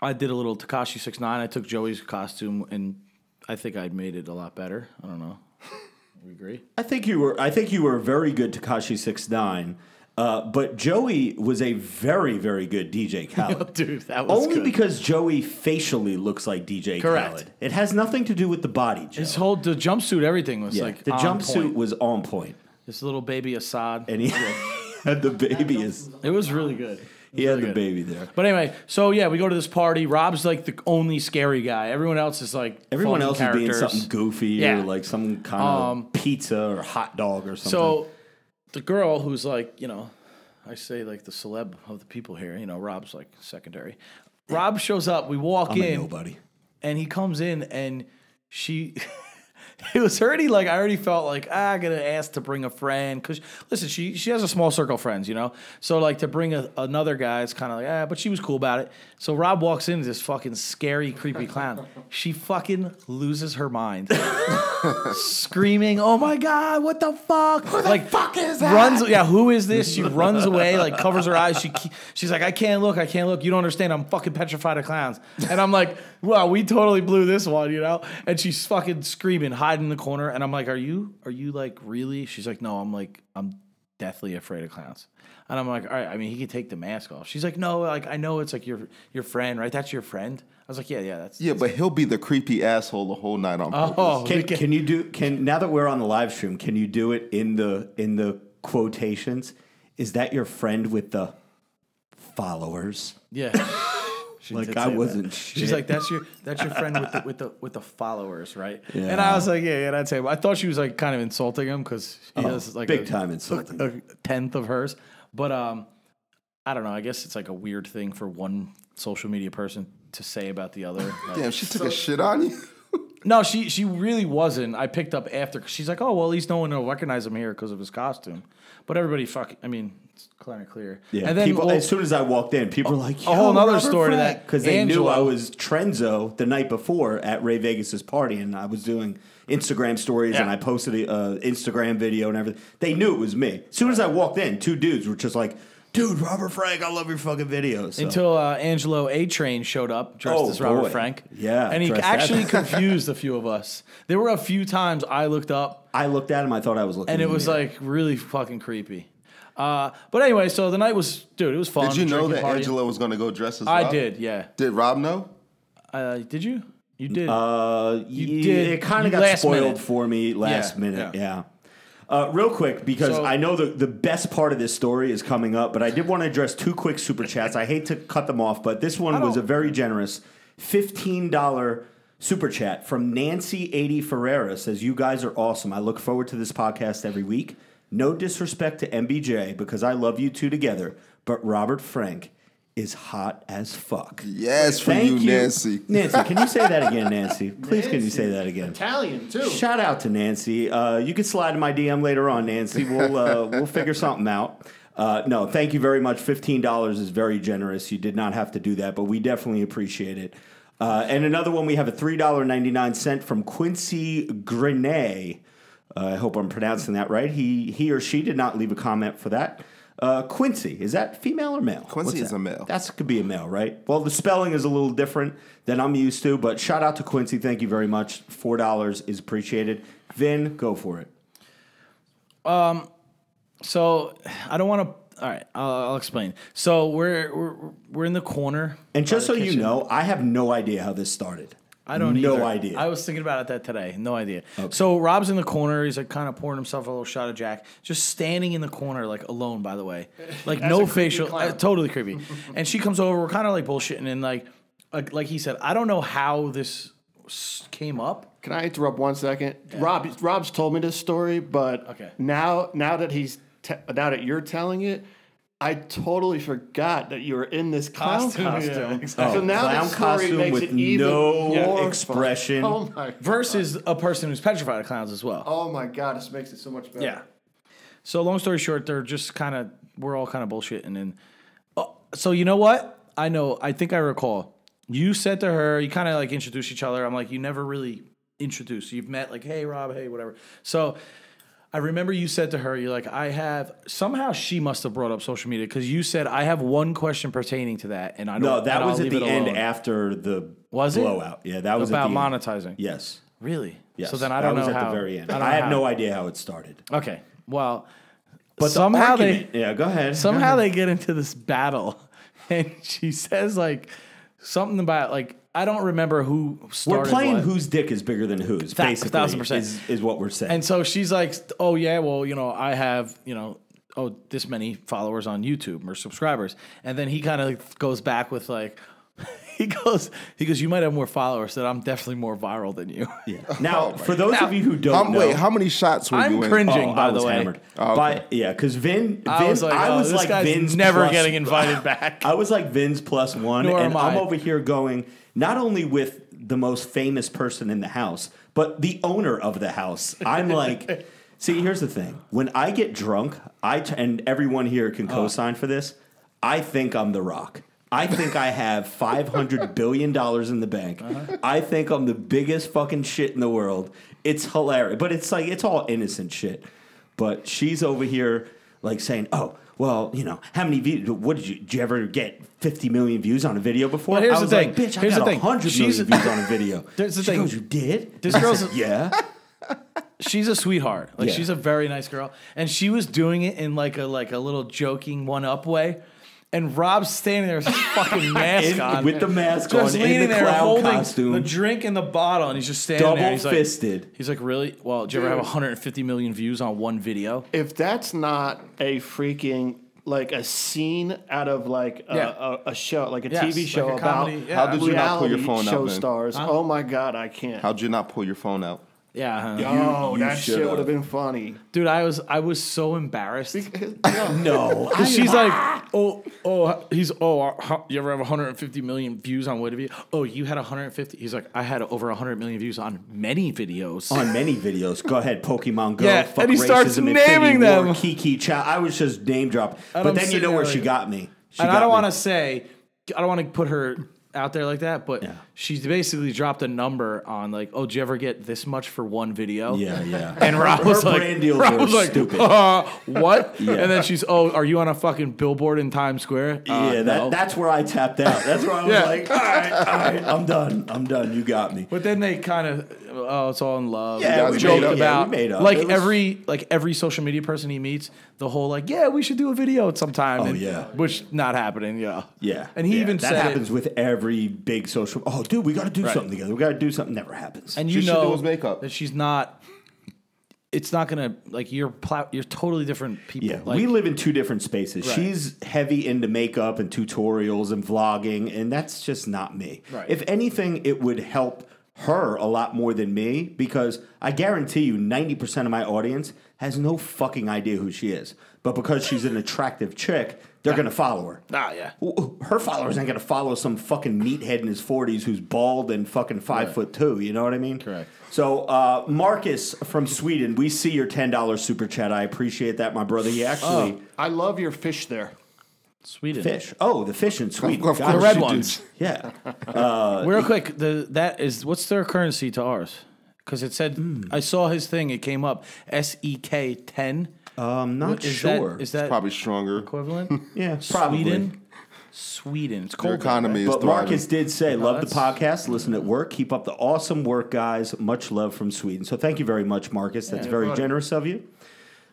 C: I did a little Takashi six nine. I took Joey's costume, and I think I made it a lot better. I don't know. we agree.
A: I think you were. I think you were very good, Takashi Six Nine. Uh, but Joey was a very, very good DJ Khaled.
C: Oh, Dude, that was
A: Only
C: good.
A: because Joey facially looks like DJ
C: Correct.
A: Khaled. It has nothing to do with the body. Joe.
C: His whole the jumpsuit, everything was
A: Yeah,
C: like
A: the
C: on
A: jumpsuit
C: point.
A: was on point,
C: This little baby Assad.
A: and he had the baby. Is
C: It was really good.
A: he had the
C: good.
A: baby there?
C: But anyway, so yeah, we go to this party. Rob's like the only scary guy. Everyone else is like
A: Everyone
C: funny
A: else
C: characters.
A: is being something goofy
C: Yeah. Um,
A: or like some kind of pizza or hot dog or something.
C: So the girl who's like, you know, I say like the celeb of the people here, you know, Rob's like secondary. Rob shows up, we walk
A: I'm a
C: in
A: nobody.
C: and he comes in and she it was already like I already felt like ah, I gotta ask to bring a friend because listen, she she has a small circle of friends, you know. So like to bring a, another guy, it's kind of like ah, but she was cool about it. So Rob walks in as this fucking scary, creepy clown. she fucking loses her mind, screaming, "Oh my god, what the fuck? Who the like fuck is that?" Runs, yeah, who is this? She runs away, like covers her eyes. She ke- she's like, "I can't look, I can't look. You don't understand. I'm fucking petrified of clowns." And I'm like, "Wow, we totally blew this one, you know?" And she's fucking screaming, hiding in the corner. And I'm like, "Are you? Are you like really?" She's like, "No, I'm like, I'm deathly afraid of clowns." And I'm like, "All right. I mean, he could take the mask off." She's like, "No, like I know it's like your your friend, right? That's your friend." I was like, "Yeah, yeah, that's."
D: Yeah, but he'll be the creepy asshole the whole night
A: Uh,
D: on purpose.
C: Oh,
A: Can, can you do? Can now that we're on the live stream, can you do it in the in the quotations? Is that your friend with the followers?
C: yeah. She
A: Like
C: did
A: I
C: say that.
A: wasn't.
C: She's
A: shit.
C: like, "That's your that's your friend with the with the with the followers, right?"
A: Yeah.
C: And I was like, "Yeah, yeah, that's him." I thought she was like kind of insulting him because he has like
A: Oh, big
C: a,
A: time insulting.
C: a tenth of hers. But um, I don't know. I guess it's like a weird thing for one social media person to say about the other. Like-
D: Damn, she took a shit on you.
C: no, she she really wasn't. I picked up after 'cause she's like, "Oh, well, at least no one will recognize him here because of his costume." But everybody, fuck, I mean, it's kind of clear.
A: Yeah,
C: and then
A: people,
C: well,
A: as soon as I walked in, people were like,
C: a whole
A: "Yo,
C: nother
A: Robert
C: story to
A: Frank,"
C: that.
A: because they knew
C: Angelo.
A: I was Trenzo the night before at Ray Vegas's party, and I was doing Instagram stories and
C: Yeah.
A: I posted an uh, Instagram video and everything. They knew it was me. As soon as I walked in, two dudes were just like, "Dude, Robert Frank, I love your fucking videos." So-
C: Until uh, Angelo A Train showed up dressed
A: Oh,
C: as Robert
A: boy.
C: Frank.
A: Yeah,
C: And he
A: dressed as-
C: actually confused a few of us. There were a few times I looked up
A: I looked at him, I thought I was looking,
C: and it
A: in the
C: was
A: mirror.
C: like really fucking creepy. Uh, but anyway, so the night was, dude, it was fun.
D: Did you know
C: Drinking
D: that
C: party.
D: Angela was going to go dress as
C: I
D: Rob?
C: did, yeah.
D: Did Rob know?
C: Uh, did you? You did.
A: Uh, yeah,
C: did-
A: It kind
C: you
A: of got
C: last
A: spoiled
C: minute.
A: for me last
C: Yeah,
A: minute.
C: yeah.
A: Yeah. Uh, real quick, because
C: So-
A: I know the, the best part of this story is coming up, but I did want to address two quick super chats. I hate to cut them off, but this one was a
C: don't-
A: very generous $15 super chat from Nancy 80 Ferreira says, You guys are awesome. I look forward to this podcast every week. No disrespect to MBJ because I love you two together, but Robert Frank is hot as fuck.
D: Yes, for
A: Thank
D: you, Nancy.
A: Nancy, can you say that again, Nancy? Please, can you say that again?
B: Italian too.
A: Shout out to Nancy. Uh, you can slide in my DM later on, Nancy. We'll uh, we'll figure something out. Uh, no, thank you very much. Fifteen dollars is very generous. You did not have to do that, but we definitely appreciate it. Uh, and another one, we have a three dollar ninety nine cent from Quincy Grenay. Uh, I hope I'm pronouncing that right. He he or she did not leave a comment for that. Uh, Quincy, is that female or male?
D: Quincy
A: What's
D: is
A: that?
D: a male.
A: That's could be a male, right? Well, the spelling is a little different than I'm used to, but shout out to Quincy. Thank you very much. Four dollars is appreciated. Vin, go for it.
C: so I don't want to. All right, I'll, I'll explain. So we're, we're we're in the corner.
A: And just so
C: by the
A: you
C: kitchen.
A: know, I have no idea how this started.
C: I don't
A: no
C: either.
A: idea.
C: I was thinking about it that today. No idea. So Rob's in the corner. He's like kind of pouring himself a little shot of Jack, just standing in the corner, like alone. By the way, like no facial, uh, totally creepy. and she comes over. We're kind of like bullshitting, and like, like like he said, I don't know how this s- came up.
B: Can I interrupt one second? Rob, Rob's told me this story, but
C: Okay.
B: now now that he's te- now that you're telling it, I totally forgot that you were in this clown
C: Costume,
B: costume.
C: yeah,
A: Oh,
B: So now
A: clown
B: this story
A: costume
B: makes
A: with
B: it even
A: no
B: more fun.
A: expression.
B: Oh my,
C: Versus a person who's petrified of clowns as well.
B: oh my God! This makes it so much better.
C: Yeah. So long story short, they're just kind of we're all kind of bullshitting, and then oh, so you know what? I know. I think I recall. You said to her, you kind of like introduced each other. I'm like, you never really introduced. You've met like, hey Rob, hey whatever. So I remember you said to her, you're like, I have somehow she must have brought up social media because you said I have one question pertaining to that, and I don't.
A: No, that
C: and I'll
A: was at
C: leave
A: the
C: it
A: end
C: alone."
A: after the
C: Was it?
A: blowout. Yeah, that was at
C: about
A: the end.
C: monetizing.
A: Yes.
C: Really?
A: Yes.
C: So then I don't
A: that
C: know
A: was at
C: how.
A: the very end.
C: I,
A: I,
C: don't know
A: have
C: how.
A: no idea how it started.
C: Okay. Well,
A: But
C: but
A: the
C: somehow they
A: argument- yeah, go ahead.
C: somehow they get into this battle, and she says like something about like I don't remember who started.
A: we're playing
C: what.
A: whose dick is bigger than whose.
C: Thou-
A: basically,
C: thousand percent.
A: is, is what we're saying.
C: And so she's like, "Oh yeah, well, you know, I have, you know, oh this many followers on YouTube or subscribers." And then he kind of goes back with like he goes he goes, "You might have more followers, that I'm definitely more viral than you." Oh
A: now, for those of you who don't
D: Um,
A: know,
D: Wait, how many shots were
C: I'm
D: you in?
C: cringing.
A: Oh, I
C: by the
A: was
C: way.
A: hammered.
D: Oh, okay.
A: But yeah, because Vin, Vin,
C: I was like, "Oh, this guy's
A: Vin's
C: never
A: plus-
C: getting invited back."
A: I was like Vin's plus one,
C: Nor
A: and
C: am I.
A: I'm over here going not only with the most famous person in the house, but the owner of the house. I'm like, see, here's the thing: when I get drunk, I t- and everyone here can co-sign for this. I think I'm the Rock. I think I have five hundred billion dollars in the bank. I think I'm the biggest fucking shit in the world. It's hilarious, but it's like it's all innocent shit. But she's over here like saying, "Oh, well, you know, how many views? What did you? Did you ever get 50 million views on a video before?"
C: Well, here's
A: I
C: the
A: was like,
C: thing.
A: "Bitch,
C: Here's
A: I
C: the
A: got
C: thing.
A: 100
C: She's-
A: million views on a video."
C: There's the
A: she
C: thing.
A: Goes, you did?
C: This
A: I
C: girl's-
A: said, yeah.
C: she's a sweetheart. Like
A: Yeah.
C: she's a very nice girl, and she was doing it in like a like a little joking one up way. And Rob's standing there with his fucking mask
A: In-
C: on,
A: with the mask
C: just
A: on, in
C: leaning
A: the
C: there,
A: clown
C: holding
A: costume.
C: the drink in the bottle, and he's just standing there. and He's like,
A: Double-fisted.
C: He's like, really? Well, did you ever have 150 million views on one video?
B: If that's not a freaking like a scene out of like a,
C: Yeah.
B: a, a show, like a
C: Yes,
B: TV
C: like
B: show
C: a
B: about
C: comedy, yeah. How
D: did you not pull your
B: reality
D: phone out
B: show
D: then?
B: stars. Oh my god, I can't.
D: How'd you not pull your phone out?
C: Yeah, huh?
B: oh,
D: you
B: that shit
D: should've.
B: would have been funny.
C: dude, I was I was so embarrassed.
A: No, I,
C: 'Cause she's like, oh, oh, he's, oh, uh, huh, you ever have 150 million views on what video? Oh, you had 150. He's like, I had over 100 million views on many videos.
A: on many videos. Go ahead, Pokemon Go.
C: Yeah,
A: fuck
C: and he
A: racism,
C: starts
A: infinity
C: naming
A: war,
C: them.
A: Kiki Chow. I was just name drop. But
C: I'm
A: then you
C: sitting
A: know where
C: there
A: she
C: like-
A: got me. She
C: and
A: got
C: I don't
A: me.
C: want to say, I don't want to put her out there like that, but
A: Yeah.
C: she's basically dropped a number on like, oh, did you ever get this much for one video?
A: Yeah, yeah.
C: And Rob
A: Her
C: was like,
A: brand deals
C: Rob
A: were
C: was like,
A: stupid.
C: Uh, what? And then she's, oh, are you on a fucking billboard in Times Square? Uh,
A: yeah, that,
C: no.
A: that's where I tapped out. That's where I was
C: Yeah.
A: like, all right, all right, I'm done. I'm done. You got me.
C: But then they kind of, oh, it's all in love.
A: Yeah,
C: They
D: we
C: joked
D: made up.
A: Yeah, we
C: about
A: made up.
C: like
A: It was-
C: every like every social media person he meets, the whole like, yeah, we should do a video sometime.
A: Oh,
C: and-
A: yeah.
C: which not happening. Yeah,
A: Yeah.
C: And he
A: yeah.
C: even
A: that
C: said it-
A: happens with every big social. Oh, dude, we got to do
C: Right.
A: something together. We got to do something. Never happens.
C: and
D: She
C: you
D: should do
C: know
D: his makeup.
C: that she's not. It's not gonna like you're pla- you're totally different people.
A: yeah,
C: like,
A: we live in two different spaces.
C: Right.
A: She's heavy into makeup and tutorials and vlogging, and that's just not me.
C: Right.
A: If anything, it would help her a lot more than me because I guarantee you 90% of my audience has no fucking idea who she is. But because she's an attractive chick, they're going to follow her.
C: ah yeah.
A: her followers ain't gonna follow some fucking meathead in his forties who's bald and fucking five foot two. You know what I mean?
C: Correct.
A: So uh, Marcus from Sweden, we see your ten dollars super chat. I appreciate that, my brother. He actually
C: Oh.
B: I love your fish there.
C: Sweden.
A: fish. Oh, the fish in Sweden.
D: Of
A: Got
D: course
A: it.
C: red
D: you do.
C: ones.
A: Yeah.
C: Real quick, the that is what's their currency to ours? Because it said I saw his thing. It came up S E K ten.
A: I'm not
C: Is that-
A: sure.
C: is that
D: Probably stronger.
C: equivalent?
A: yeah, probably.
C: Sweden. Sweden. It's
D: Their
C: cold. there,
D: economy
C: right?
D: is
A: But
D: thriving.
A: Marcus did say, "Love the
C: that's-
A: podcast. Listen at work. Keep up the awesome work, guys. Much love from Sweden." So thank you very much, Marcus. That's very generous of you.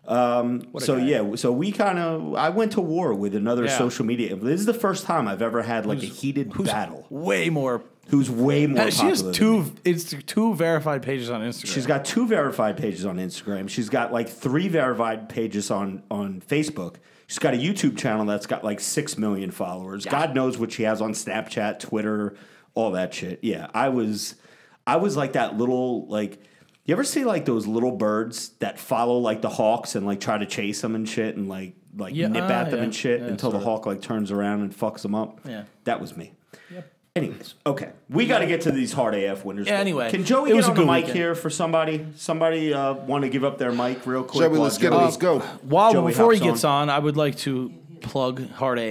A: Um, so
C: guy.
A: yeah, so we kind of I went to war with another
C: Yeah.
A: social media. This is the first time I've ever had like a heated battle.
C: Way more.
A: Who's way more?
C: she
A: popular
C: has
A: than me.
C: two. It's two verified pages on Instagram.
A: She's got two verified pages on Instagram. She's got like three verified pages on on Facebook. She's got a YouTube channel that's got like six million followers. God knows what she has on Snapchat, Twitter, all that shit. Yeah, I was, I was like that little like. You ever see like those little birds that follow like the hawks and like try to chase them and shit and like like
C: Yeah,
A: nip
C: ah,
A: at them
C: yeah.
A: and shit
C: Yeah,
A: until the hawk like turns around and fucks them up?
C: Yeah.
A: that was me. Anyways, okay, we got to get to these hard AF winners.
C: Yeah, anyway,
A: can Joey
C: it
A: get
C: was a
A: on the
C: good
A: mic
C: weekend.
A: here for somebody? Somebody uh, want to give up their mic real quick?
D: Joey,
A: while
D: let's get it.
A: Um,
D: Let's go.
C: While
A: Joey
C: before he
A: hops
C: gets on, I would like to plug Hard AF.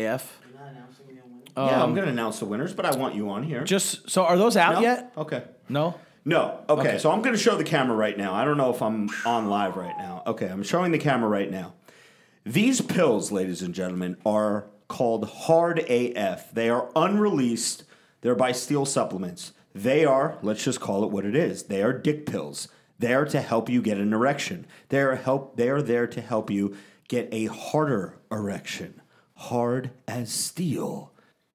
E: You're not announcing the winner.
A: Yeah, I'm going to announce the winners, but I want you on here.
C: Just so are those out
A: No?
C: yet?
A: Okay.
C: No.
A: No. Okay,
C: Okay.
A: So I'm going to show the camera right now. I don't know if I'm on live right now. Okay. I'm showing the camera right now. These pills, ladies and gentlemen, are called Hard AF. They are unreleased. They're by Steel Supplements. They are, let's just call it what it is. They are dick pills. They are to help you get an erection. They are help they are there to help you get a harder erection. Hard as steel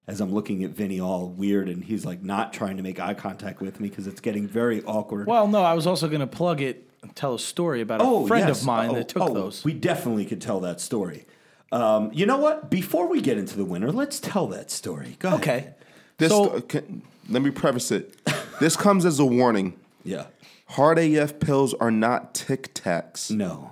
A: as I'm looking at Vinny all weird and he's like not trying to make eye contact with me because it's getting very awkward.
C: Well, no, I was also going to plug it and tell a story about a friend
A: yes.
C: of mine
A: Oh,
C: that took
A: oh,
C: those.
A: We definitely could tell that story. Um, you know what? Before we get into the winner, let's tell that story. Go ahead.
C: okay.
D: This,
C: so,
D: okay, let me preface it. this comes as a warning.
A: Yeah.
D: Hard AF pills are not Tic Tacs.
A: No.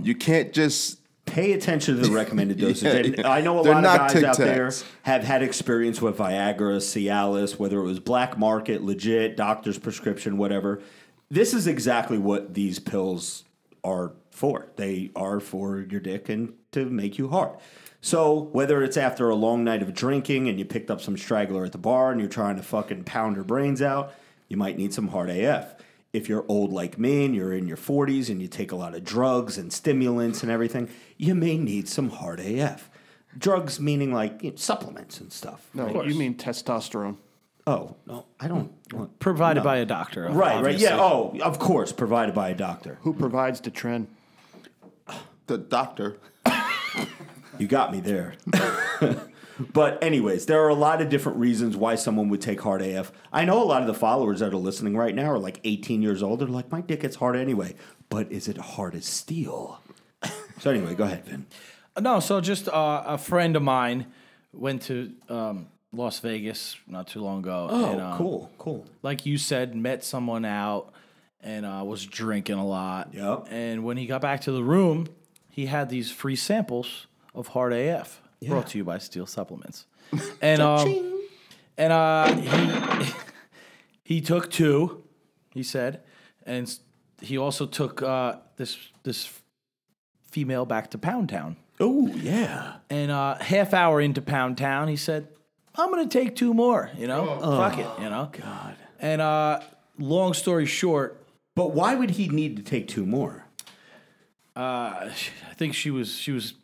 D: You can't just
A: Pay attention to the recommended dosage. And
D: yeah.
A: I know a
D: They're
A: lot
D: not
A: of guys
D: Tic
A: out there
D: Tacs.
A: have had experience with Viagra, Cialis, whether it was black market, legit, doctor's prescription, whatever. This is exactly what these pills are for. They are for your dick and to make you hard. So whether it's after a long night of drinking and you picked up some straggler at the bar and you're trying to fucking pound her brains out, you might need some hard AF. If you're old like me and you're in your 40s and you take a lot of drugs and stimulants and everything, you may need some hard AF. Drugs meaning like you know, supplements and stuff.
B: No, you mean testosterone.
A: Oh, no, I don't want.
C: provided by a doctor.
A: Right, right.
C: obviously.
A: Yeah, oh, of course, provided by a doctor.
B: Who provides the trend?
D: the doctor.
A: You got me there. but anyways, there are a lot of different reasons why someone would take hard AF. I know a lot of the followers that are listening right now are like 18 years old. They're like, my dick gets hard anyway. But is it hard as steel? so anyway, go ahead, Vin.
C: No, so just uh, a friend of mine went to um, Las Vegas not too long ago. Oh, and, um,
A: cool, cool.
C: Like you said, met someone out and uh, was drinking a lot.
A: Yep.
C: And when he got back to the room, he had these free samples of Hard AF brought to you by Steel Supplements. And um, and uh, he he took two, he said, and s- he also took uh, this this female back to Pound Town.
A: Oh, yeah.
C: And uh, half hour into Pound Town, he said, "I'm gonna take two more." You know,
A: Oh.
C: fuck it. You know. God. And uh, long story short,
A: But why would he need to take two more?
C: uh, I think she was she was.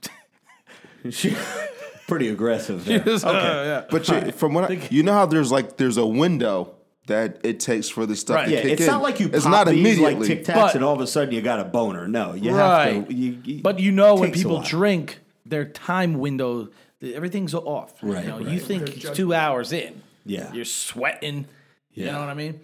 A: She, pretty aggressive. There.
C: okay. Uh, yeah.
D: But you, from what I, you know, how there's like there's a window that it takes for this stuff
C: Right.
D: to
A: Yeah,
D: kick
A: it's
D: in.
A: not like you pop
D: It's not
A: these
D: immediately.
A: like Tic Tacs
C: But-
A: and all of a sudden you got a boner. No, you have
C: Right.
A: to. You, you-
C: but you know when
A: takes a
C: people
A: while.
C: drink, their time window, th- everything's off.
A: Right,
C: You, know, you
A: right.
C: think it's two hours in.
A: Yeah.
C: You're sweating. You
A: Yeah.
C: know what I mean?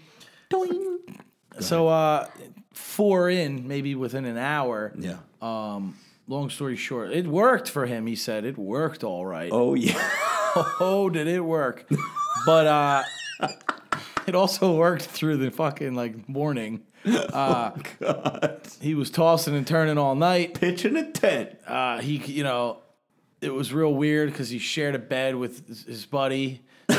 C: So uh, four in, maybe within an hour.
A: Yeah.
C: Long story short, it worked for him. He said it worked all right.
A: oh yeah.
C: Oh, did it work? but uh, it also worked through the fucking like morning. Uh, He was tossing and turning all night.
A: Pitching a tent.
C: Uh, he, you know, it was real weird because he shared a bed with his- his buddy. So.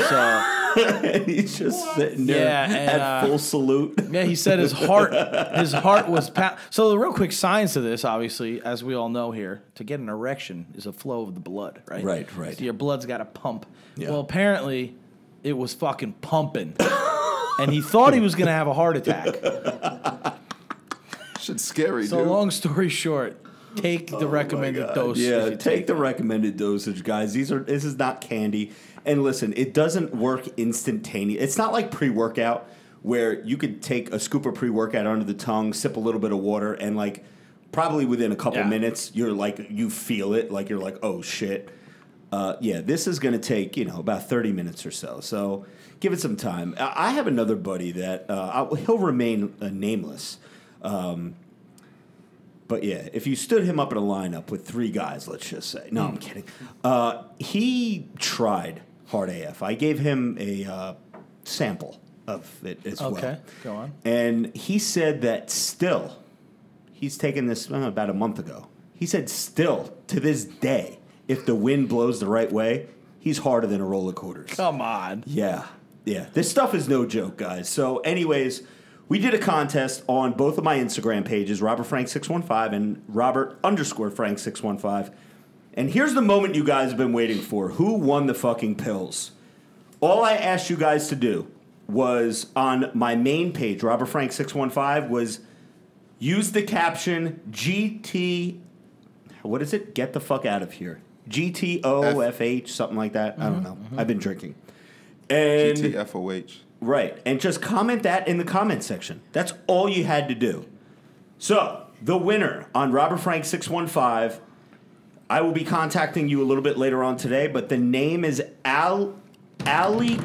A: and he's just sitting there
C: Yeah, and,
A: at
C: uh,
A: full salute.
C: Yeah, he said his heart, his heart was pound. So the real quick science of this, obviously, as we all know here, to get an erection is a flow of the blood, right?
A: Right, right.
C: So your blood's got to pump.
A: Yeah.
C: Well, apparently, it was fucking pumping, and he thought he was gonna have a heart attack.
D: Shit's scary,
C: So
D: dude.
C: long story short, take the recommended dose.
A: Oh Yeah,
C: if you
A: take, the recommended dosage, guys. These are this is not candy. And listen, it doesn't work instantaneous. It's not like pre workout where you could take a scoop of pre workout under the tongue, sip a little bit of water, and like probably within a couple
C: Yeah.
A: minutes, you're like you feel it, like you're like oh shit. Uh, yeah, this is going to take you know about thirty minutes or so. So give it some time. I I have another buddy that uh, I, he'll remain uh, nameless. But yeah, if you stood him up in a lineup with three guys, let's just say. No, I'm kidding. Uh, he tried hard AF. I gave him a uh, sample of it as well.
C: Okay, go on.
A: And he said that still, he's taken this uh, about a month ago. He said still to this day, if the wind blows the right way, he's harder than a roll of quarters.
C: Come on.
A: Yeah, yeah. This stuff is no joke, guys. So, anyways, we did a contest on both of my Instagram pages, Robert Frank six one five and Robert underscore Frank six one five. And here's the moment you guys have been waiting for. Who won the fucking pills? All I asked you guys to do was on my main page, Robert Frank 615, was use the caption GT. What is it? Get the fuck out of here. GTOFH, something like that. I don't know. I've been drinking. And
D: TFOH.
A: Right. And just comment that in the comment section. That's all you had to do. So, the winner on Robert Frank 615, I will be contacting you a little bit later on today, but the name is Al Allie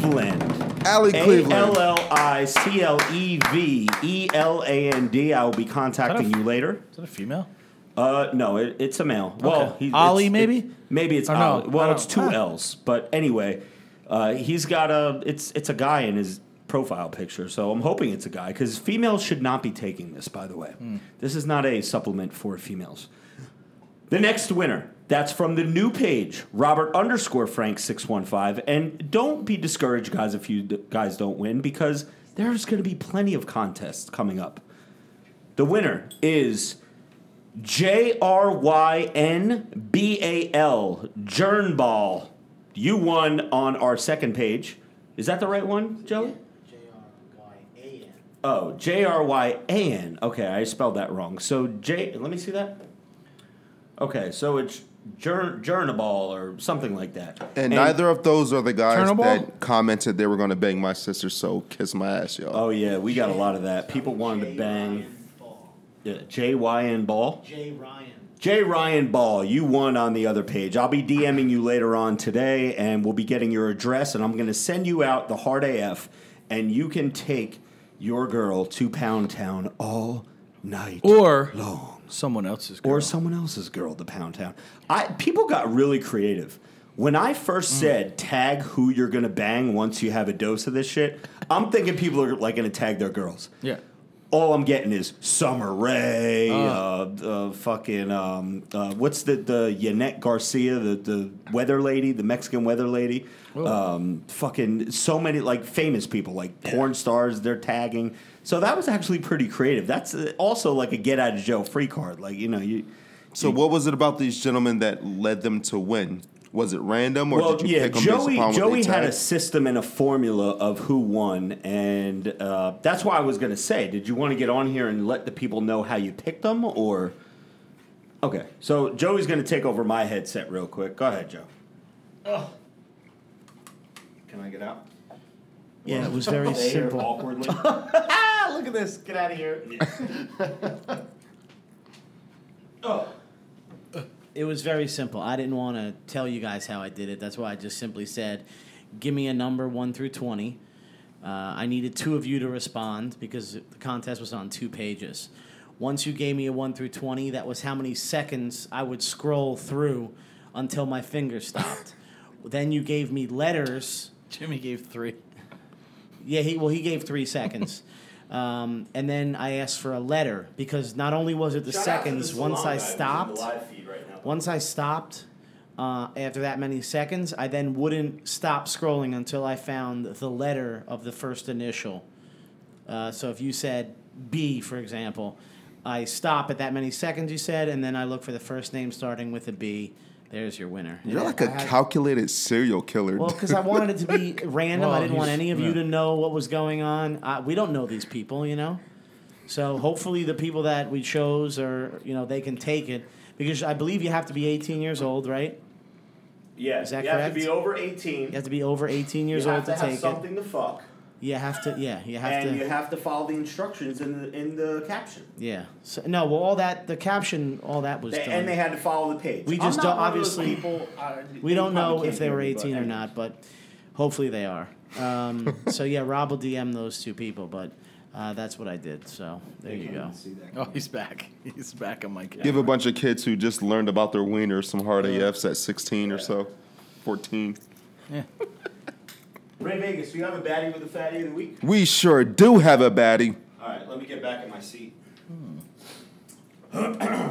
A: Cleveland.
D: Allie Cleveland.
A: A L L I C L E V E L A N D. I will be contacting you later.
C: Is that a female?
A: Uh, no, it, it's a male. Well, he, it's-
C: Ollie,
A: it-
C: maybe?
A: maybe it's
C: Or no,
A: Ollie. Well,
C: I
A: it's two
C: don't- ah.
A: L's. But anyway, uh, he's got a. It's it's a guy in his profile picture, so I'm hoping it's a guy because females should not be taking this. By the way,
C: Hmm.
A: this is not a supplement for females. The next winner. That's from the new page, Robert underscore Frank six one five, and don't be discouraged, guys, if you d- guys don't win because there's going to be plenty of contests coming up. The winner is J R Y N B A L Jernball. You won on our second page. Is that the right one, Joey?
E: J R Y A N.
A: Oh, J R Y A N. Okay, I spelled that wrong. So J. Let me see that. Okay, so it's Jern Jernaball or something like that.
D: And, neither of those are the guys
C: Turnable?
D: that commented they were going to bang my sister, so kiss my ass, y'all.
A: Oh yeah, we got a lot of that. People wanted to bang yeah, J Y N Ball.
E: J Ryan.
A: Jay Ryan Ball, you won on the other page. I'll be DMing you later on today, and we'll be getting your address, and I'm going to send you out the hard AF, and you can take your girl to Pound Town all night
C: Or
A: long,
C: someone else's girl.
A: or someone else's girl to Pound Town. I people got really creative. When I first said tag who you're going to bang once you have a dose of this shit, I'm thinking people are like going to tag their girls
C: yeah.
A: all I'm getting is Summer Rae, uh, uh, fucking um, uh, what's the the Yanette Garcia, the the weather lady, the Mexican weather lady, um, fucking so many like famous people like porn stars they're tagging. So that was actually pretty creative. That's uh, also like a get out of jail free card. Like you know you.
D: so, what was it about these gentlemen that led them to win? Was it random, or
A: Well,
D: did you
A: yeah,
D: pick them
A: Joey.
D: based upon what
A: Joey
D: they
A: had a
D: tagged?
A: system and a formula of who won, and uh, that's why I was going to say, did you want to get on here and let the people know how you picked them, or? Okay, so Joey's going to take over my headset real quick. Go ahead, Joe. Can I get out?
F: Yeah, it was very
A: Stay here
F: simple.
A: Awkwardly.
E: Ah, look at this. Get out of here. It was very simple. I didn't want to tell you guys how I did it. That's why I just simply said, give me a number 1 through 20. Uh, I needed two of you to respond because the contest was on two pages. Once you gave me a 1 through 20, that was how many seconds I would scroll through until my finger stopped. then you gave me letters.
C: Jimmy gave three.
E: Yeah, he well he gave three seconds, um, and then I asked for a letter because not only was it the seconds once I stopped, once I stopped uh, after that many seconds, I then wouldn't stop scrolling until I found the letter of the first initial. Uh, so if you said B, for example, I stop at that many seconds you said, and then I look for the first name starting with a B. There's your winner.
D: You're
E: And
D: like
E: I
D: a
E: had-
D: calculated serial killer.
E: well, because I wanted it to be random.
C: Well,
E: I didn't want
C: he's-
E: any of you
C: yeah.
E: to know what was going on. I, we don't know these people, you know. So hopefully the people that we chose are, you know, they can take it because I believe you have to be 18 years old, right?
A: Yeah,
E: Is that
A: you have
E: correct?
A: to be over eighteen.
E: You have to be over 18 years
A: you have
E: old
A: to,
E: to,
A: have
E: take it.
A: something to fuck,
E: You have to, yeah, you have
A: and
E: to,
A: you have to follow the instructions in the in the caption.
E: yeah. So, no, well, all that the caption, all that was
A: They,
E: done.
A: and they had to follow the page.
E: We
A: I'm
E: just
A: not
E: don't-
A: one of those
E: obviously-
A: people, I-
E: we
A: you
E: don't
A: probably
E: know
A: can't
E: if they
A: hear
E: were
A: me, but
E: 18 or
A: anyway.
E: not, but hopefully they are. Um, so yeah, Rob will DM those two people, but uh, that's what I did. So there you go.
C: Oh, he's back. He's back on my camera.
D: Give a bunch of kids who just learned about their wiener some hard AFs at 16 or so, 14.
A: Ray Vegas, do you have a baddie with a fatty of the week?
D: We sure do have a baddie.
A: All right, let me get back in my seat. Hmm.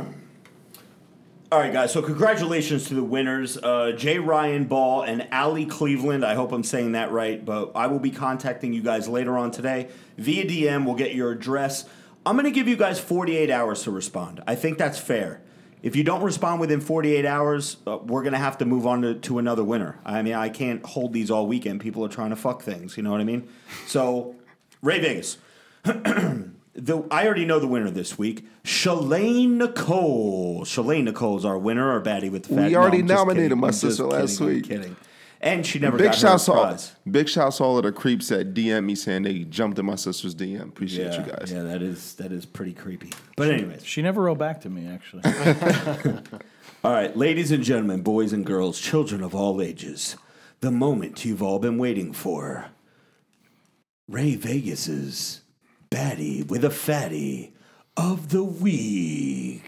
A: All right, guys. So congratulations to the winners, uh, Jay Ryan Ball and Allie Cleveland. I hope I'm saying that right, but I will be contacting you guys later on today via DM. We'll get your address. I'm going to give you guys 48 hours to respond. I think that's fair. If you don't respond within 48 hours, uh, we're going to have to move on to, to another winner. I mean, I can't hold these all weekend. People are trying to fuck things. You know what I mean? So, Ray Vegas. the I already know the winner this week. Shalane Nicole. Shalane Nicole is our winner or baddie with the fat.
D: We already
A: I'm just
D: nominated
A: kidding.
D: my
A: I'm just
D: sister last
A: kidding. I'm
D: week.
A: kidding. And she never
D: Big
A: got
D: shouts
A: her
D: to all,
A: prize.
D: big shouts to all of the creeps that DM me saying they jumped in my sister's DM. Appreciate
A: Yeah,
D: you guys.
A: yeah, that is that is pretty creepy. But anyways,
C: She never wrote back to me, actually.
A: All right, ladies and gentlemen, boys and girls, children of all ages, the moment you've all been waiting for. Ray Vegas's baddie with a fatty of the week.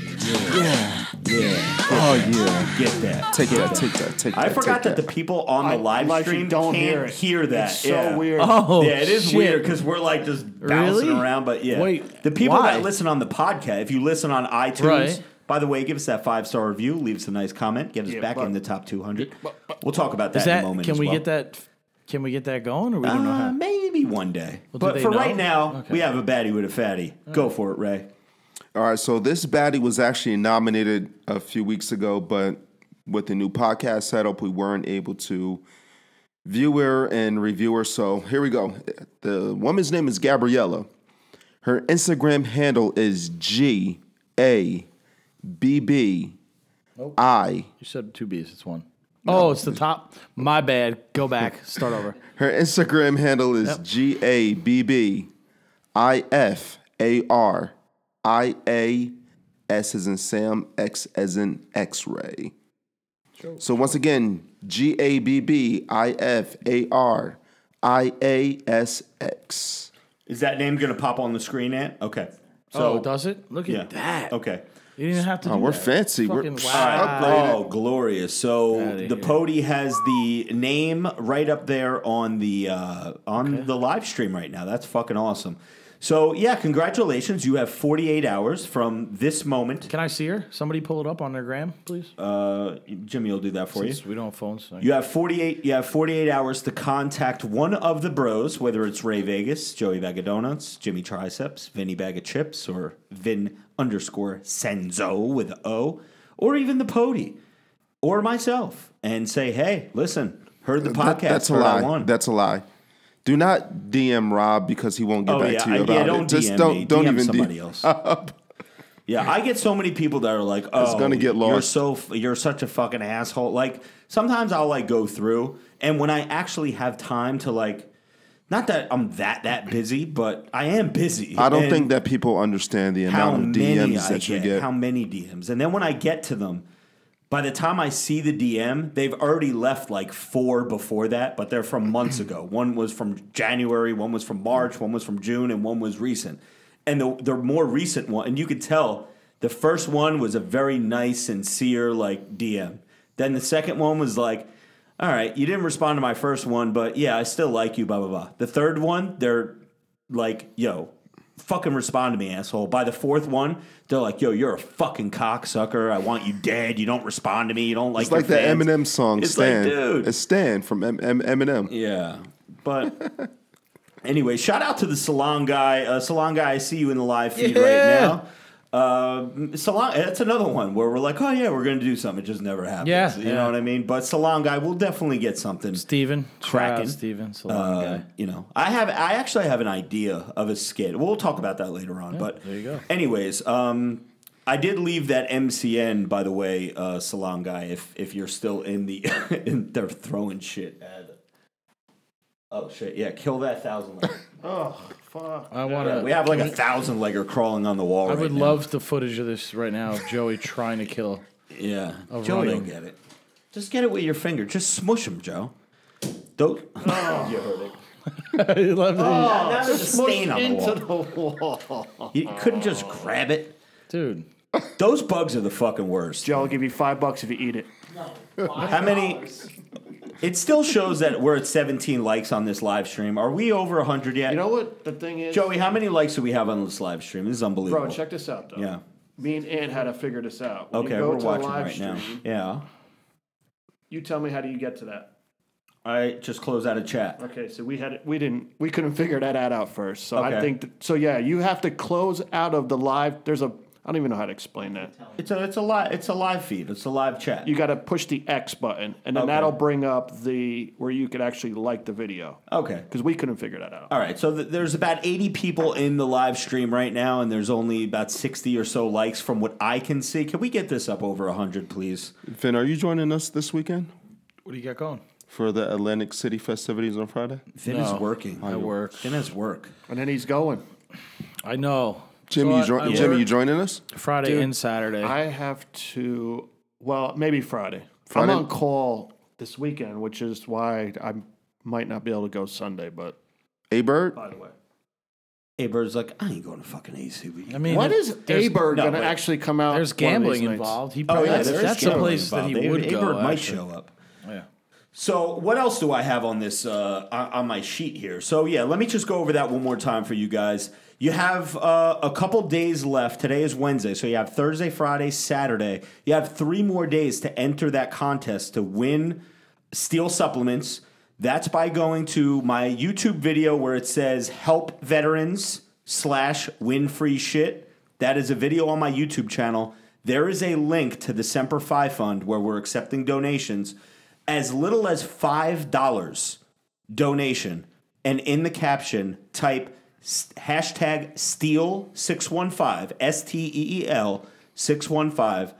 A: Yeah, yeah,
D: Oh yeah,
A: get that.
D: take that, take that, take that.
A: I forgot that
D: take
A: the people on the
B: I-
A: live
B: live
A: stream
B: stream don't
A: can't
B: hear it.
A: that.
B: It's so
A: yeah.
B: weird.
C: Oh,
A: yeah, it is
C: shit.
A: weird because we're like just bouncing
C: Really?
A: around. But yeah,
C: Wait,
A: the people
C: why?
A: that listen on the podcast, if you listen on iTunes,
C: Right.
A: by the way, give us that five star review, leave us a nice comment, get us
B: Yeah,
A: back
B: but-
A: in the top two hundred. We'll talk about that,
C: Is
A: in
C: that
A: a moment.
C: can
A: as
C: we
A: well.
C: get that? Can we get that going, or we don't know
A: Uh,
C: how?
A: maybe one day,
C: do
A: but
C: they
A: for
C: know?
A: right now,
C: Okay.
A: we have a baddie with a fatty. Go for it, Ray.
D: All right, so this baddie was actually nominated a few weeks ago, but with the new podcast setup, we weren't able to view her and review her. So here we go. The woman's name is Gabriella. Her Instagram handle is G A B B I.
C: You said two B's. It's one. Oh, it's the top. My bad. Go back. Start over.
D: Her Instagram handle is G A B B I F A R I A S as in Sam, X as in X ray. So once again, G A B B I F A R I A S X.
A: Is that name going to pop on the screen? Ant? Okay.
C: So
A: So
C: oh, does it? Look
A: yeah,
C: at that.
A: Okay.
C: You didn't have to.
D: Oh,
C: do
D: we're
C: that.
D: fancy. We're
C: Fucking
D: upgraded.
A: Oh, glorious! So
C: Outta
A: the
C: here.
A: Pody has the name right up there on the uh, on the live stream right now. That's fucking awesome. So yeah, congratulations! You have 48 hours from this moment.
C: Can I see her? Somebody pull it up on their gram, please.
A: Uh, Jimmy will do that for you.
C: Since we don't have phones. so-
A: You have 48. You have 48 hours to contact one of the bros, whether it's Ray Vegas, Joey Bag of Donuts, Jimmy Triceps, Vinny Bag of Chips, or Vin underscore Senzo with a O, or even the Pody, or myself, and say, "Hey, listen, heard the
D: That-
A: podcast.
D: that's a
A: heard I
D: lie.
A: won."
D: That's a lie. Do not DM Rob because he won't get
A: oh
D: back
A: yeah,
D: to
A: I-
D: you
A: yeah,
D: about it.
A: Don't
D: Just
A: DM
D: don't
A: me.
D: don't
A: DM
D: even
A: somebody
D: DM.
A: else. Yeah, I get so many people that are like, "Oh,
D: It's gonna get
A: You're
D: lost."
A: so f- you're such a fucking asshole." Like sometimes I'll like go through, and when I actually have time to like, not that I'm that that busy, but I am busy.
D: I don't
A: And
D: think that people understand the
A: how
D: amount of
A: many
D: DMs
A: I
D: that
A: get,
D: you get.
A: how many DMs, and then when I get to them, by the time I see the DM, they've already left like four before that, but they're from months ago. One was from January, one was from March, one was from June, and one was recent. And the, the more recent one, and you could tell the first one was a very nice, sincere, like DM. Then the second one was like, all right, you didn't respond to my first one, but yeah, I still like you, blah, blah, blah. The third one, they're like, yo, fucking respond to me, asshole. By the fourth one, they're like, yo, you're a fucking cocksucker. I want you dead. You don't respond to me. You don't like
D: It's like
A: your
D: that
A: fans."
D: Eminem song,
A: It's
D: Stan.
A: like, dude.
D: It's Stan from M- M- Eminem.
A: yeah. But anyway, shout out to the salon guy. Uh, salon guy, I see you in the live feed right now. Um salon, that's another one where we're like, oh yeah, we're gonna do something. It just never happens.
C: Yeah,
A: you
C: yeah.
A: know what I mean. But salon guy, we'll definitely get something.
C: Steven.
A: Kraken.
C: Cracking. Steven. Salon
A: Uh,
C: guy.
A: you know, I have I actually have an idea of a skit. We'll talk about that later on. but
C: there you go.
A: Anyways, um, I did leave that MCN by the way, uh, Salon guy. If if you're still in the, in, they're throwing shit at. Oh shit! Yeah, kill that thousand legger.
B: Oh, fuck.
C: I want
A: we
C: to.
A: have like a thousand legger crawling on the wall.
C: I
A: right
C: would
A: now.
C: love the footage of this right now of Joey trying to kill.
A: Yeah, Joe
C: running.
A: don't get it. Just get it with your finger. Just smush him, Joe. Don't.
B: Oh.
A: you heard it.
C: I love the-
A: Oh, now there's a stain on the
B: Into
A: wall.
B: the wall.
A: You couldn't just
B: Oh.
A: grab it.
C: dude.
A: Those bugs are the fucking worst.
B: Joe, I'll give you five bucks if you eat it.
A: How many? It still shows that we're at 17 likes on this live stream. Are we over 100 yet?
B: You know what the thing is?
A: Joey, how many likes do we have on this live stream? This is unbelievable.
B: Bro, check this out, though.
A: Yeah.
B: Me and Ant had to figure this out. When you
A: Okay,
B: go
A: we're
B: to a
A: watching
B: live
A: right
B: stream,
A: now.
B: You tell me how do you get to that?
A: Yeah. All right, just close out a chat.
B: Okay, so we had we didn't we couldn't figure that out, out first. So
A: Okay.
B: I think th- so. Yeah, you have to close out of the live. There's a I don't even know how to explain that.
A: It's a it's a live it's a live feed. It's a live chat.
B: You got to push the X button, and then
A: Okay.
B: that'll bring up the where you could actually like the video.
A: okay.
B: Because we couldn't figure that out.
A: All right, so th- there's about 80 people in the live stream right now, and there's only about 60 or so likes from what I can see. Can we get this up over 100, please?
D: Finn, are you joining us this weekend
C: What do you got going?
D: for the Atlantic City festivities on Friday?
A: Finn is working. I work. Finn is work.
B: And then he's going.
C: I know.
D: Jimmy,
C: So
D: you,
C: I- I
D: jo- Jimmy,
C: work
D: you joining us?
C: Friday and Saturday.
B: I have to. Well, maybe Friday.
D: Friday?
B: I'm on call this weekend, which is why I might not be able to go Sunday. But
D: A Bird?
B: by the way,
A: Hey, Bird's like, I ain't going to fucking ACB.
C: I mean,
B: when
C: there's-
B: is A Bird
A: no,
B: going to
A: wait.
B: actually come out? one of
C: There's
B: these
C: gambling
B: nights?
C: involved.
A: Oh,
C: He probably, that's,
A: there's
C: that's the
A: gambling
C: place that
A: involved.
C: he
A: They-
C: would
A: they
C: go.
A: Bird might
C: actually.
A: show up.
C: Yeah.
A: So, what else do I have on this uh, on on my sheet here? So, yeah, let me just go over that one more time for you guys. You have uh, a couple days left. Today is Wednesday, so you have Thursday, Friday, Saturday. You have three more days to enter that contest to win steel supplements. That's by going to my YouTube video where it says "Help Veterans" slash Win Free Shit. That is a video on my YouTube channel. There is a link to the Semper Fi Fund where we're accepting donations as little as $5 donation. And in the caption, type s- hashtag steel615, S T E E L 615.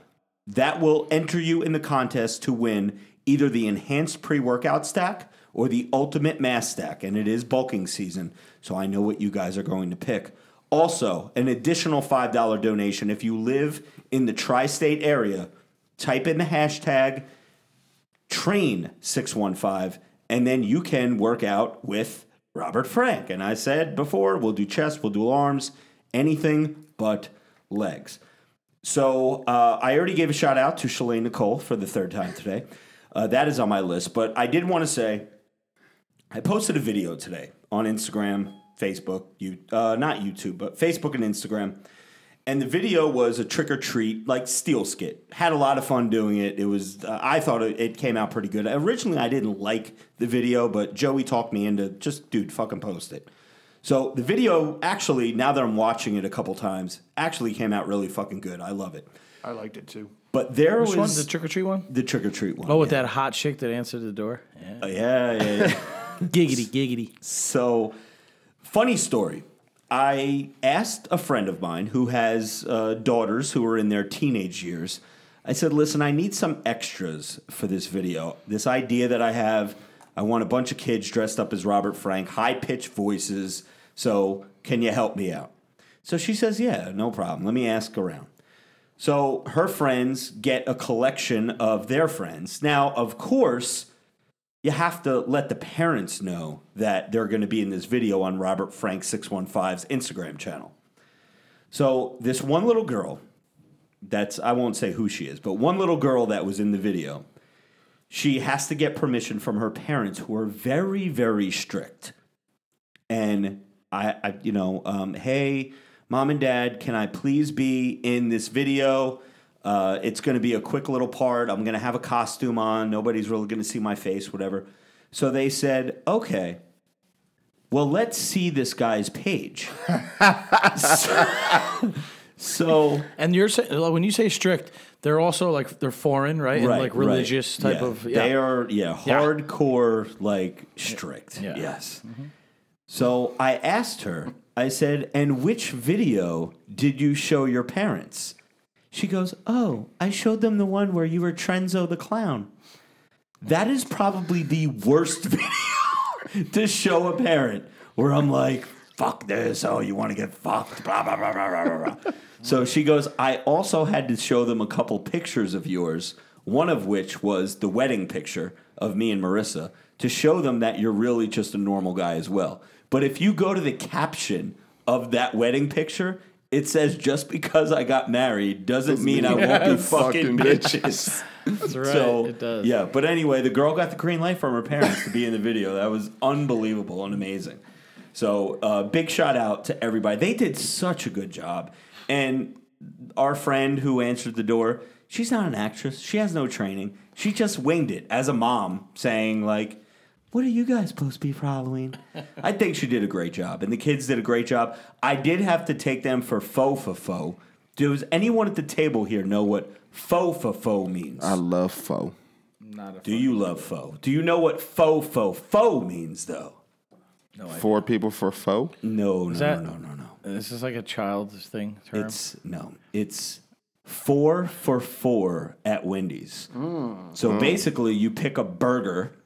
A: That will enter you in the contest to win either the enhanced pre workout stack or the ultimate mass stack. And it is bulking season, so I know what you guys are going to pick. Also, an additional $5 donation if you live in the tri state area, type in the hashtag train615, and then you can work out with Robert Frank. And I said before, we'll do chest, we'll do arms, anything but legs. So uh, I already gave a shout out to Shalane Nicole for the third time today. Uh, that is on my list, but I did want to say I posted a video today on Instagram, Facebook, you uh, not YouTube, but Facebook and Instagram. And the video was a trick or treat, like steel skit. Had a lot of fun doing it. It was, uh, I thought it, it came out pretty good. Originally, I didn't like the video, but Joey talked me into just, dude, fucking post it. So the video, actually, now that I'm watching it a couple times, actually came out really fucking good. I love it.
B: I liked it too.
A: But there
C: Which one?
A: was
C: The trick or treat one?
A: the trick or treat one.
C: Oh, with that hot chick that answered the door. Yeah.
A: that. Oh, Yeah, yeah, yeah.
C: Giggity, giggity.
A: So, funny story. I asked a friend of mine who has uh, daughters who are in their teenage years. I said, "Listen, I need some extras for this video. This idea that I have, I want a bunch of kids dressed up as Robert Frank, high pitched voices. So, can you help me out?" So she says, "Yeah, no problem. Let me ask around." So her friends get a collection of their friends. Now, of course, you have to let the parents know that they're going to be in this video on Robert Frank 615's Instagram channel. So, this one little girl that's, I won't say who she is, but one little girl that was in the video, she has to get permission from her parents who are very, very strict. And I, I you know, um, hey, mom and dad, can I please be in this video? Uh, it's going to be a quick little part. I'm going to have a costume on. Nobody's really going to see my face, whatever. So they said, okay, well, let's see this guy's page. so, so-
C: And you're saying when you say strict, they're also like they're foreign, right? and
A: right.
C: like religious type
A: Yeah.
C: of. Yeah.
A: They are yeah, hardcore like strict.
C: Yeah. Mm-hmm.
A: Yes. So I asked her. I said, "And which video did you show your parents?" She goes, "Oh, I showed them the one where you were Trenzo the clown." That is probably the worst video to show a parent where I'm like, fuck this. Oh, you want to get fucked? Blah, blah, blah, blah, blah, blah, blah. so she goes, I also had to show them a couple pictures of yours, one of which was the wedding picture of me and Marissa to show them that you're really just a normal guy as well. But if you go to the caption of that wedding picture, it says just because I got married doesn't, mean, I won't be fucking
D: fucking
A: bitches.
C: That's right.
A: So
C: it does.
A: yeah, but anyway, the girl got the green light from her parents to be in the video. That was unbelievable and amazing. So uh, big shout out to everybody. They did such a good job. And our friend who answered the door, she's not an actress. She has no training. She just winged it as a mom, saying like, "What are you guys supposed to be following?" I think she did a great job, and the kids did a great job. I did have to take them for faux faux faux Does anyone at the table here know what faux faux faux means?
D: I love foe.
A: Do you love faux? Do you know what faux faux faux means though?
D: Four people for foe.
A: No, no,
C: that-
A: no, no, no, no.
C: This is like a child's thing term.
A: It's no. It's four for four at Wendy's.
C: Hmm.
A: So basically, you pick a burger,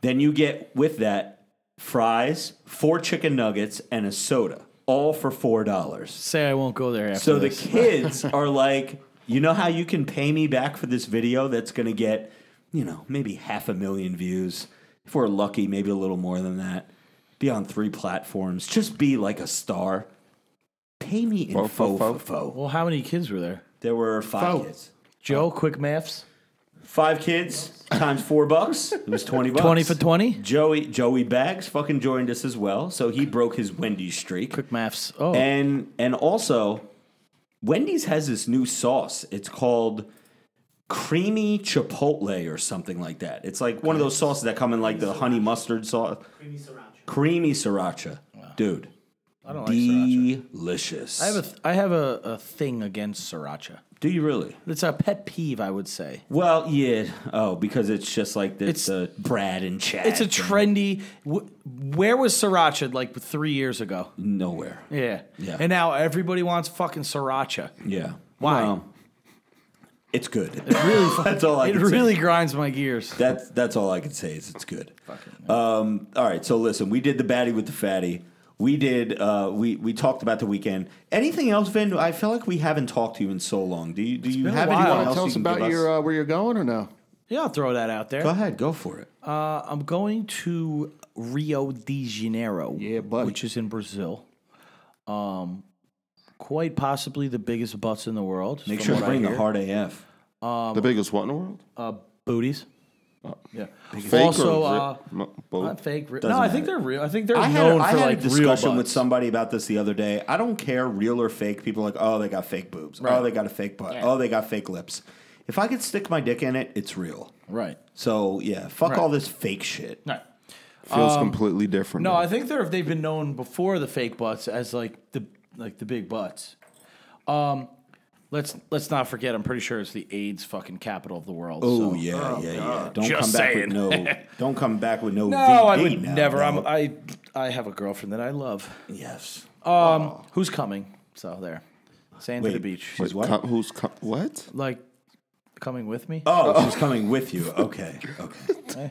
A: then you get with that fries, four chicken nuggets, and a soda, all for four dollars.
C: Say I won't go there after
A: So the
C: this.
A: kids are like, you know how you can pay me back for this video that's going to get, you know, maybe half a million views. If we're lucky, maybe a little more than that. Be on three platforms. Just be like a star. Pay me in
D: Fo, fo,
A: faux
D: fo.
A: faux faux.
C: well, how many kids were there?
A: There were five
B: Faux.
A: kids.
C: Joe,
A: Uh,
C: quick maths.
A: Five kids times four bucks. It was twenty bucks.
C: 20 for 20?
A: Joey Joey Bags fucking joined us as well, so he broke his Wendy's streak.
C: Quick maths. Oh,
A: And and also, Wendy's has this new sauce. It's called creamy chipotle or something like that. It's like one of those sauces that come in like the honey mustard sauce. Creamy sriracha, dude.
C: I don't like sriracha.
A: Delicious.
C: I have a, th- I have a, a thing against sriracha.
A: Do you really?
C: It's a pet peeve, I would say.
A: Well, yeah. Oh, because it's just like this,
C: It's-
A: uh, Brad and Chad.
C: It's a
A: thing.
C: trendy. Wh- where was sriracha like three years ago?
A: Nowhere.
C: Yeah.
A: Mm-hmm. Yeah.
C: And now everybody wants fucking sriracha.
A: Yeah.
C: Why?
A: it's good. really that's all I
C: It
A: can say.
C: really grinds my gears.
A: That's that's all I can say is it's good. Um, all right, so listen, we did the baddie with the fatty. We did. Uh, we we talked about the weekend. Anything else, Vin? I feel like we haven't talked to you in so long. Do you do you
C: been a
A: have
C: while.
A: anyone
B: Want
A: else
B: to tell
A: you
B: us
A: can
B: about
A: give
B: your
A: us?
B: uh, where you're going or no?
C: Yeah, I'll throw that out there.
A: Go ahead, go for it.
C: Uh, I'm going to Rio de Janeiro,
B: Yeah, buddy.
C: which is in Brazil. Um, quite possibly the biggest butts in the world.
A: Make
C: from
A: sure
C: what
A: to
C: I
A: bring the
C: hear.
A: hard AF.
C: Um,
D: the biggest what in the world?
C: uh, booties.
A: Oh.
C: yeah.
D: Fake
C: also,
D: or
C: uh,
D: re- no, both?
C: Not fake. Re- no,
A: Doesn't
C: I think
A: matter.
C: they're real. I think they're
A: I had, a,
C: known
A: I
C: for
A: had
C: like
A: a
C: real
A: discussion with
C: butts.
A: somebody about this the other day. I don't care, real or fake. People are like, oh, they got fake boobs. Oh, they got a fake butt. Oh, they got fake lips. If I could stick my dick in it, it's real.
C: Right.
A: So yeah, fuck
C: Right.
A: all this fake shit.
C: Right.
D: Feels completely different.
C: um, No, I think they're they've been known before the fake butts as like the like the big butts. Um, let's let's not forget. I'm pretty sure it's the AIDS fucking capital of the world.
A: Oh
C: so.
A: yeah, yeah, yeah. Don't come back with no. Don't come back with no.
C: No,
A: VD
C: I would
A: now,
C: never. I'm,
A: bro.
C: I I have a girlfriend that I love.
A: yes.
C: Um, who's coming? So there, sand to the
A: Wait,
C: beach.
A: She's what?
D: Com- who's com- what?
C: Like coming with me?
A: oh, she's coming with you. Okay, okay.
C: Eh,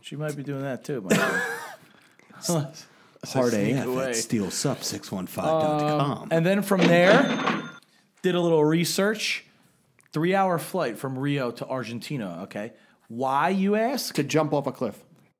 C: she might be doing that too. my friend. Unless-
A: Hard AF at
C: away. Um,
A: steelsub615.com.
C: And then from there, did a little research. Three hour flight from Rio to Argentina, okay? Why, you ask?
B: To jump off a cliff.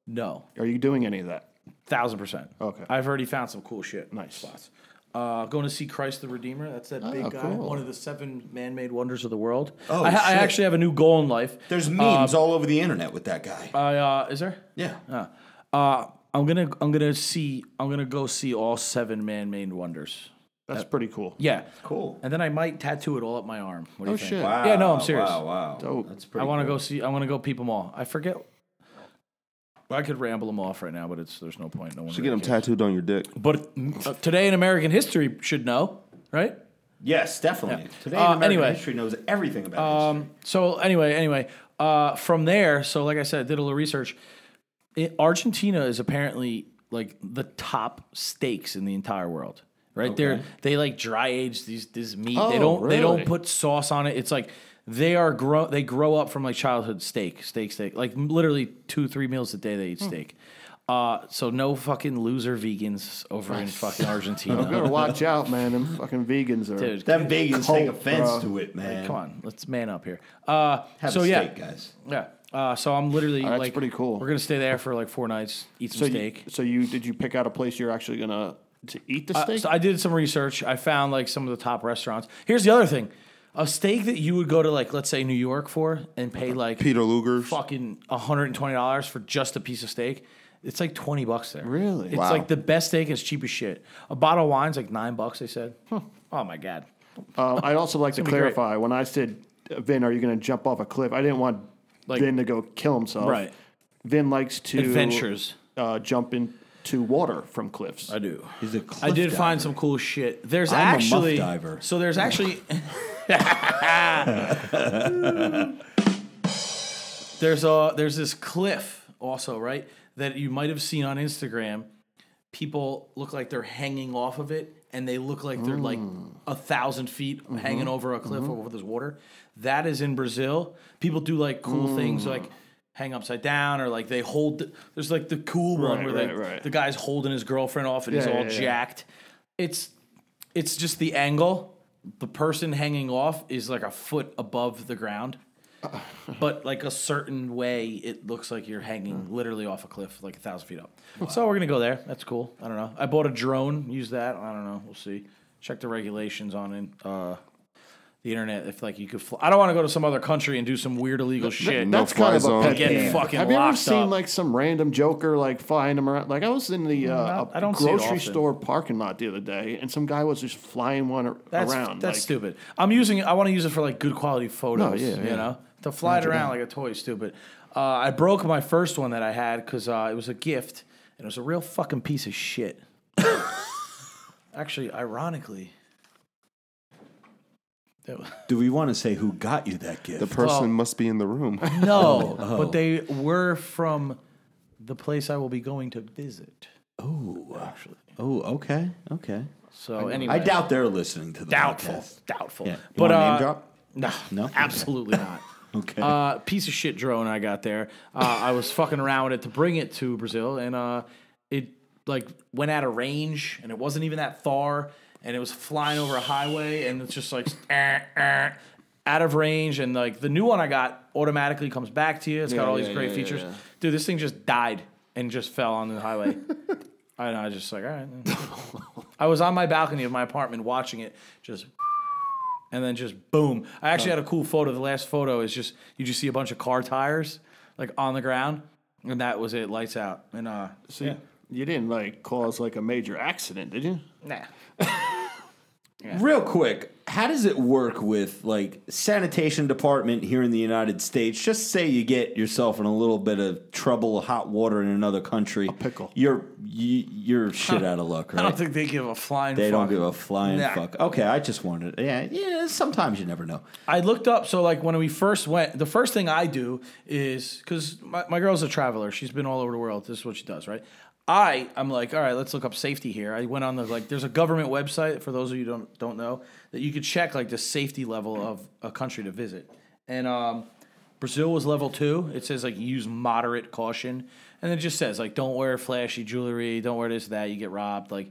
C: No,
B: Are you doing any of that?
C: thousand percent.
B: Okay.
C: I've already found some cool shit.
B: Nice. Ah,
C: Spots. Uh, going to see Christ the Redeemer. That's that big guy,
B: cool.
C: one of the seven man made wonders of the world.
A: Oh,
C: I, I
A: shit.
C: actually have a new goal in life.
A: There's memes all over the internet with that guy.
C: I, uh, is there?
A: yeah.
C: Uh, uh, I'm gonna I'm gonna see I'm gonna go see all seven man-made wonders.
B: That's pretty cool.
C: Uh, Yeah,
A: Cool.
C: and then I might tattoo it all up my arm. What do
B: Oh
C: you think?
B: shit.
C: Yeah, no, I'm serious.
A: Wow, wow.
B: Dope.
A: That's
C: I
A: pretty.
C: want to
A: cool.
C: go see. I want to go peep them all. I forget. I could ramble them off right now, but it's there's no point. No one.
D: Should get him
C: really
D: tattooed on your dick.
C: cares. But uh, today in American history should know, right?
A: Yes, definitely. Today, in
C: Uh,
A: American
C: anyway. um,
A: history knows everything about history.
C: So anyway, anyway, uh, from there, so like I said, I did a little research. It, Argentina is apparently like the top steaks in the entire world. Right there, they like dry age these this meat. they
B: Oh,
C: don't
B: really?
C: they don't put sauce on it. It's like they are grow they grow up from like childhood steak, steak, steak. Like literally two three meals a day they
A: Hmm.
C: eat steak. Uh, so no fucking loser vegans over in
B: You
C: fucking
B: gotta
A: Oh,
C: Argentina.
B: watch out, man. Them fucking vegans are.
C: Dude,
A: Them vegans take
B: Cult,
A: offense
B: bro.
A: to it, man.
C: come on, let's man up here. Uh,
A: Have
C: so
A: a
C: yeah,
A: steak, guys.
C: Yeah. Uh, so I'm literally
B: that's
C: like
B: pretty cool.
C: We're gonna stay there for like four nights, eat some
B: So you,
C: steak. Uh,
B: so you did you pick out a place you're actually gonna to eat the steak?
C: So I did some research. I found like some of the top restaurants. Here's the other thing: a steak that you would go to like let's say New York for and
B: Uh,
C: pay like
D: Peter Luger's.
C: fucking 120 dollars for just a piece of steak. It's like 20 bucks there.
B: Really?
C: It's
D: Wow.
C: like the best steak is cheap as shit. A bottle of wine's like nine bucks. They said. Oh my god.
B: Um, I'd also like to
C: gonna be great.
B: clarify when I said, uh, Vin, are you going to jump off a cliff? I didn't want
C: Like-
B: Vin to go kill himself.
C: Right.
B: Vin likes to
C: Adventures.
B: uh, jump into to water from cliffs.
C: I do.
A: He's a cliff
C: I did
A: diver.
C: find some cool shit. There's
A: I'm a muff
C: actually
A: diver.
C: so there's actually there's a there's this cliff also right that you might have seen on Instagram. People look like they're hanging off of it, and they look like they're like a thousand feet
A: Mm-hmm.
C: hanging over a cliff over this water. That is in Brazil. People do like cool things
A: Mm.
C: like hang upside down or like they hold. there's like the cool one where they,
B: right, right.
C: the guy's holding his girlfriend off and he's
B: Yeah,
C: all
B: yeah, yeah.
C: jacked. It's it's just the angle. The person hanging off is like a foot above the ground, but like a certain way, it looks like you're
B: Hmm.
C: hanging literally off a cliff, like a thousand feet up. So we're gonna go there. That's cool. I don't know. I bought a drone. Use that. I don't know. We'll see. Check the regulations on in, uh, the internet if like you could. Fly. I don't want to go to some other country and do some weird illegal shit.
D: no
B: That's
D: fly
B: kind of a
D: zone.
B: pet
C: Getting
B: peeve.
C: fucking
B: Have you ever
C: locked
B: seen
C: up.
B: like some random joker like flying them around? Like I was in the uh,
C: not-
B: a
C: I don't see it
B: grocery
C: often.
B: store parking lot the other day, and some guy was just flying one ar-
C: That's,
B: around.
C: That's
B: like,
C: stupid. I'm using. it- I want to use it for like good quality photos.
B: No, yeah,
C: you
B: yeah.
C: know, to fly it around like a toy is stupid. Uh, I broke my first one that I had because uh, it was a gift and it was a real fucking piece of shit. Actually, ironically, that was-
A: Do we want to say who got you that gift?
D: The person must be in the room.
C: no,
A: Oh.
C: but they were from the place I will be going to visit.
A: oh, actually. Oh, okay, okay.
C: So anyway,
A: I doubt they're listening to the
C: doubtful,
A: podcast.
C: doubtful.
A: Yeah. You
C: But
A: wanna
C: uh,
A: name drop?
C: no,
A: No?
C: absolutely not.
A: Okay.
C: uh, piece of shit drone I got there. Uh, I was fucking around with it to bring it to Brazil, and uh, it like went out of range, and it wasn't even that far, and it was flying over a highway, and it's just like eh, eh, out of range, and like the new one I got automatically comes back to you. It's got all these
B: yeah, yeah,
C: great
B: yeah,
C: features,
B: yeah.
C: dude. This thing just died and just fell on the highway. I know. I was just like, all right. I was on my balcony of my apartment watching it, just and then just boom. I
A: Oh.
C: actually had a cool photo. The last photo is just you just see a bunch of car tires like on the ground, and that was it. Lights out. And uh,
B: So you- you didn't like cause like a major accident, did you?
C: nah.
A: Real quick, how does it work with like sanitation department here in the United States? Just say you get yourself in a little bit of trouble, hot water in another country, a
B: pickle.
A: You're you, you're shit out of luck, right?
C: I don't think they give a flying.
A: they don't
C: fuck.
A: give a flying
C: Nah.
A: fuck. Okay, I just wanted. Yeah, yeah. Sometimes you never know.
C: I looked up. So like when we first went, the first thing I do is because my, my girl's a traveler. She's been all over the world. This is what she does, right? I I'm like, all right, let's look up safety here. I went on the like, there's a government website for those of you who don't don't know that you could check like the safety level of a country to visit, and um, Brazil was level two. It says like use moderate caution, and it just says like don't wear flashy jewelry, don't wear this that, you get robbed. Like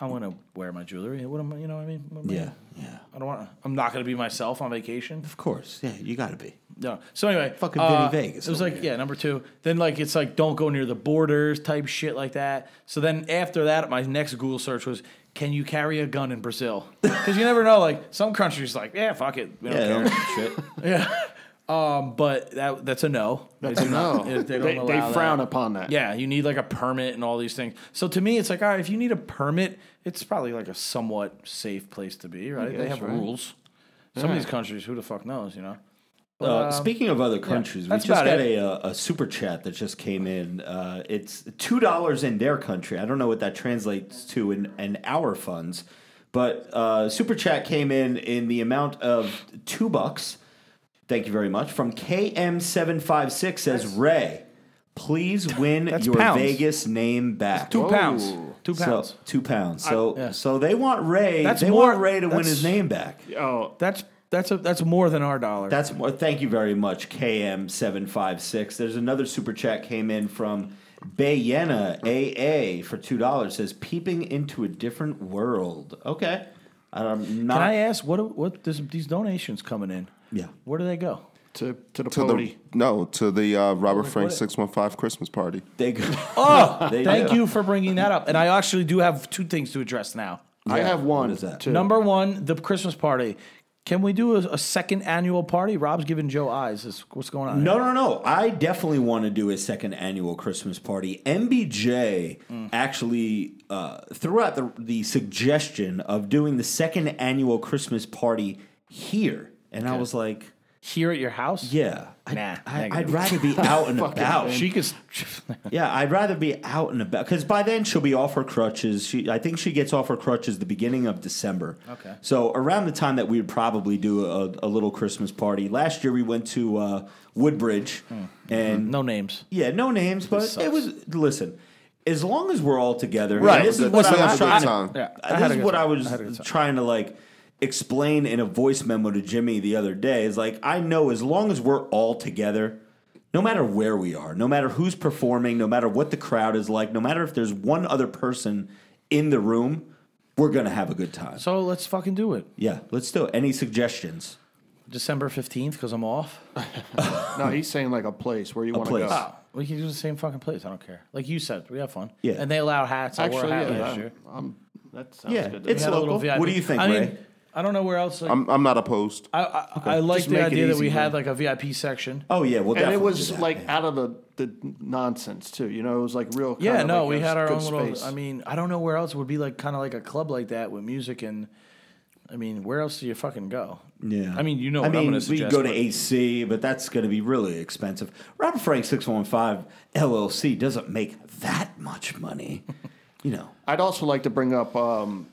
C: I want to wear my jewelry. What am I? You know what I mean? What am I-
A: Yeah, yeah.
C: I don't want. I'm not going to be myself on vacation.
A: Of course. Yeah, you got to be.
C: No. So anyway,
A: Fucking Vinny
C: uh,
A: Vegas
C: It was
A: over
C: like
A: here.
C: yeah, number two. Then like it's like don't go near the borders type shit like that. So then after that, my next Google search was can you carry a gun in Brazil? Because you never know. Like some countries like yeah, fuck it, we don't
A: Yeah,
C: care.
A: shit.
C: Um, but that that's a no.
B: That's a no.
C: They don't
B: they they,
C: allow that.
B: frown upon that.
C: Yeah, you need like a permit and all these things. So to me, it's like, all right, if you need a permit, it's probably like a somewhat safe place to be, right? They
B: guess,
C: have
B: right?
C: rules. Some of these countries, who the fuck knows, you know?
A: Uh, speaking of other countries, we
C: Um, that's
A: just
C: about
A: got
C: it.
A: a, uh, a super chat that just came in. Uh, it's two dollars in their country. I don't know what that translates to in, in our funds, but uh, super chat came in in the amount of two bucks. Thank you very much from KM seven five six says Ray. Please win
C: That's
A: your
C: pounds.
A: Vegas name back.
C: Two pounds. Two pounds.
A: So, two pounds. So, so they want Ray.
C: That's
A: they
C: more-
A: want Ray to win
C: that's-
A: his name back.
B: Oh,
C: that's that's a that's more than our dollar.
A: That's more. Thank you very much, KM756. There's another super chat came in from Bayena AA for two dollars. Says peeping into a different world. Okay, I'm not.
C: Can I ask what what this, these donations coming in?
A: Yeah.
C: Where do they go?
B: to to the
D: To the-
B: pony.
D: no, to the uh, Robert Frank
C: what?
D: 615 Christmas party.
A: They go,
C: Oh,
A: They
C: thank
A: do.
C: you for bringing that up. And I actually do have two things to address now.
B: I have one.
A: What is that?
B: too.
C: Number one, the Christmas party. Can we do a, a second annual party? Rob's giving Joe eyes. Is- What's going on?
A: No, no, no. I definitely want to do a second annual Christmas party. MBJ
C: Mm.
A: actually uh, threw out the, the suggestion of doing the second annual Christmas party here. And I was like,
C: Here at your house?
A: Yeah.
C: Nah.
F: I,
C: negative.
F: I'd rather be out and about.
C: she could.
A: Yeah, I'd rather be out and about because by then she'll be off her crutches. She, I think she gets off her crutches the beginning of December.
C: Okay.
A: So around the time that we would probably do a, a little Christmas party. Last year we went to uh, Woodbridge, and
C: no names.
A: yeah, no names, but
C: Hmm. Mm-hmm. sucks.
A: it was listen. As long as we're all together,
B: Right.
A: and This is
D: Let's
A: what
D: have
A: I
D: a
A: was
D: good
A: trying
D: time.
A: to.
C: Yeah, I had a
A: Uh, this is
C: good
A: what I
C: time.
A: was
C: I had a good time.
A: trying to like explain in a voice memo to Jimmy the other day. Is like I know as long as we're all together, no matter where we are, no matter who's performing, no matter what the crowd is like, no matter if there's one other person in the room, we're gonna have a good time.
C: So let's fucking do it.
A: yeah, let's do it. Any suggestions?
C: December 15th, because I'm off.
B: No, he's saying like a place where you want to
A: place.
B: go.
C: We can do the same fucking place. I don't care. Like you said, we have fun.
A: Yeah.
C: And they allow hats. I wore a
B: Actually,
C: hat
B: yeah,
C: last
B: I'm-
C: year.
B: I'm- that sounds
A: Yeah,
B: good. to me.
A: it's
C: Had a
A: local.
C: little VIP.
A: What do you think,
C: I mean,
A: Ray?
C: I don't know where else. Like,
D: I'm, I'm not opposed.
C: I, I, I like
B: Just
C: the
B: make it
C: idea that
B: easy,
C: we
B: man.
C: had like a VIP section.
A: Oh yeah, well,
B: and it
A: definitely
B: was
A: do that.
B: like out of the, the nonsense too. You know, it was like real. Kind
C: Yeah,
B: of
C: no,
B: like
C: we
B: a
C: had our
B: good
C: own little.
B: space.
C: I mean, I don't know where else it would be like kind of like a club like that with music and. I mean, where else do you fucking go?
A: Yeah.
C: I mean, you know
A: I
C: what I'm
A: mean,
C: gonna
A: we
C: suggest,
A: go to
C: but-
A: AC, but that's going to be really expensive. Robert Frank 615 LLC doesn't make that much money. you know,
B: I'd also like to bring up um,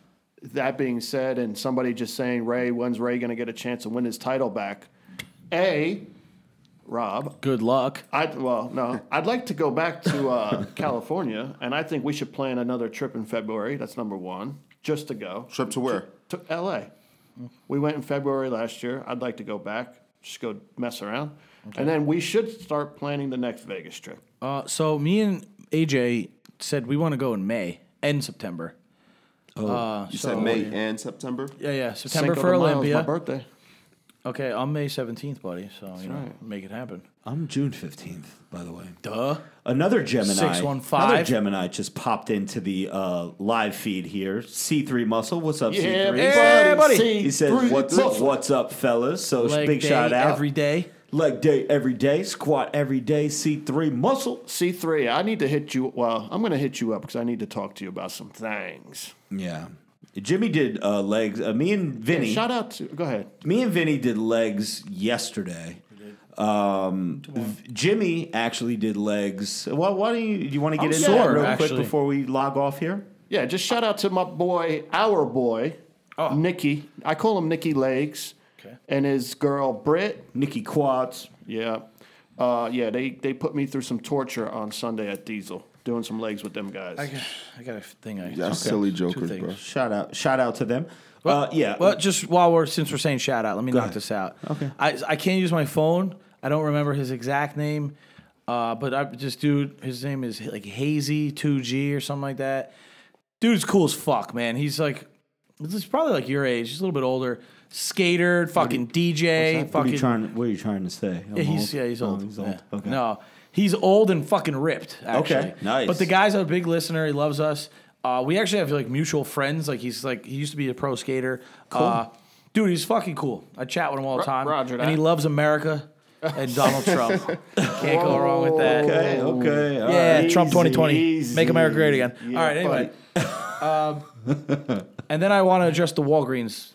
B: that being said, and somebody just saying, Ray, when's Ray going to get a chance to win his title back? A, Rob,
C: Good luck.
B: I well, no, I'd like to go back to uh, California, and I think we should plan another trip in February. That's number one, just to go
D: Trip to where?
B: to L.A. We went in February last year. I'd like to go back, just go mess around, and then we should start planning the next Vegas trip.
C: Uh, so me and AJ said we want to go in May and September. uh,
D: You
C: so,
D: said May and September.
C: Yeah, yeah, September
B: Cinco
C: for
B: de Mayo's my
C: Olympia.
B: birthday.
C: Okay, I'm May 17th, buddy. So you know, make it happen.
A: I'm June 15th, by the way.
C: Duh.
A: Another Gemini.
C: 615.
A: Another Gemini just popped into the uh, live feed here. C3 Muscle. What's up,
B: Yeah,
A: C3?
B: buddy, C3
A: He says, what's,
B: Muscle."
A: what's up, fellas? So
C: Leg
A: big
C: day
A: shout out.
C: every day.
A: Leg day every day. Squat every day. C3 Muscle.
B: C three, I need to hit you. Well, I'm going to hit you up because I need to talk to you about some things.
A: Yeah. Jimmy did uh, legs. Uh, me and Vinny.
B: Shout out to. Go ahead.
A: me and Vinny did legs yesterday. Um, V- Jimmy actually did legs. Why, why don't you? Do you want to get
C: I'm
A: into
C: sore,
A: that real
C: actually.
A: quick before we log off here?
B: Yeah, just shout out to my boy, our boy, Nikki. I call him Nikki Legs,
C: Oh. Okay.
B: and his girl Britt.
A: Nikki quads.
B: Yeah, uh, yeah. They they put me through some torture on Sunday at Diesel doing some legs with them guys.
C: I got, I got a thing. I
D: Yeah, silly jokers, bro.
A: Shout out! Shout out to them. Uh, yeah.
C: Well, just while we're since we're saying shout out, let me knock
A: ahead.
C: this out. Okay. I I can't use my phone. I don't remember his exact name, uh, but I just dude, his name is like Hazy Two G or something like that. Dude's cool as fuck, man. He's like, he's probably like your age. He's a little bit older. Skater, fucking DJ,
A: what are you
C: fucking.
A: trying? What are you trying to say? I'm
C: Yeah, he's
A: old?
C: yeah, he's
A: Oh,
C: old.
A: he's old.
C: Yeah.
A: Okay.
C: No, he's old and fucking ripped. Actually.
A: Okay, nice.
C: But the guy's a big listener. He loves us. Uh, we actually have like mutual friends. Like he's like he used to be a pro skater. Uh, dude, he's fucking cool. I chat with him all the
B: Ro-
C: time.
B: roger
C: and
B: that.
C: he loves America and Donald Trump. Can't go wrong with that.
A: Okay. Okay. all
C: Yeah,
A: right.
C: Trump 2020.
B: easy.
C: Make America great again.
B: Yeah,
C: all right, anyway. um, and then I want to address the Walgreens.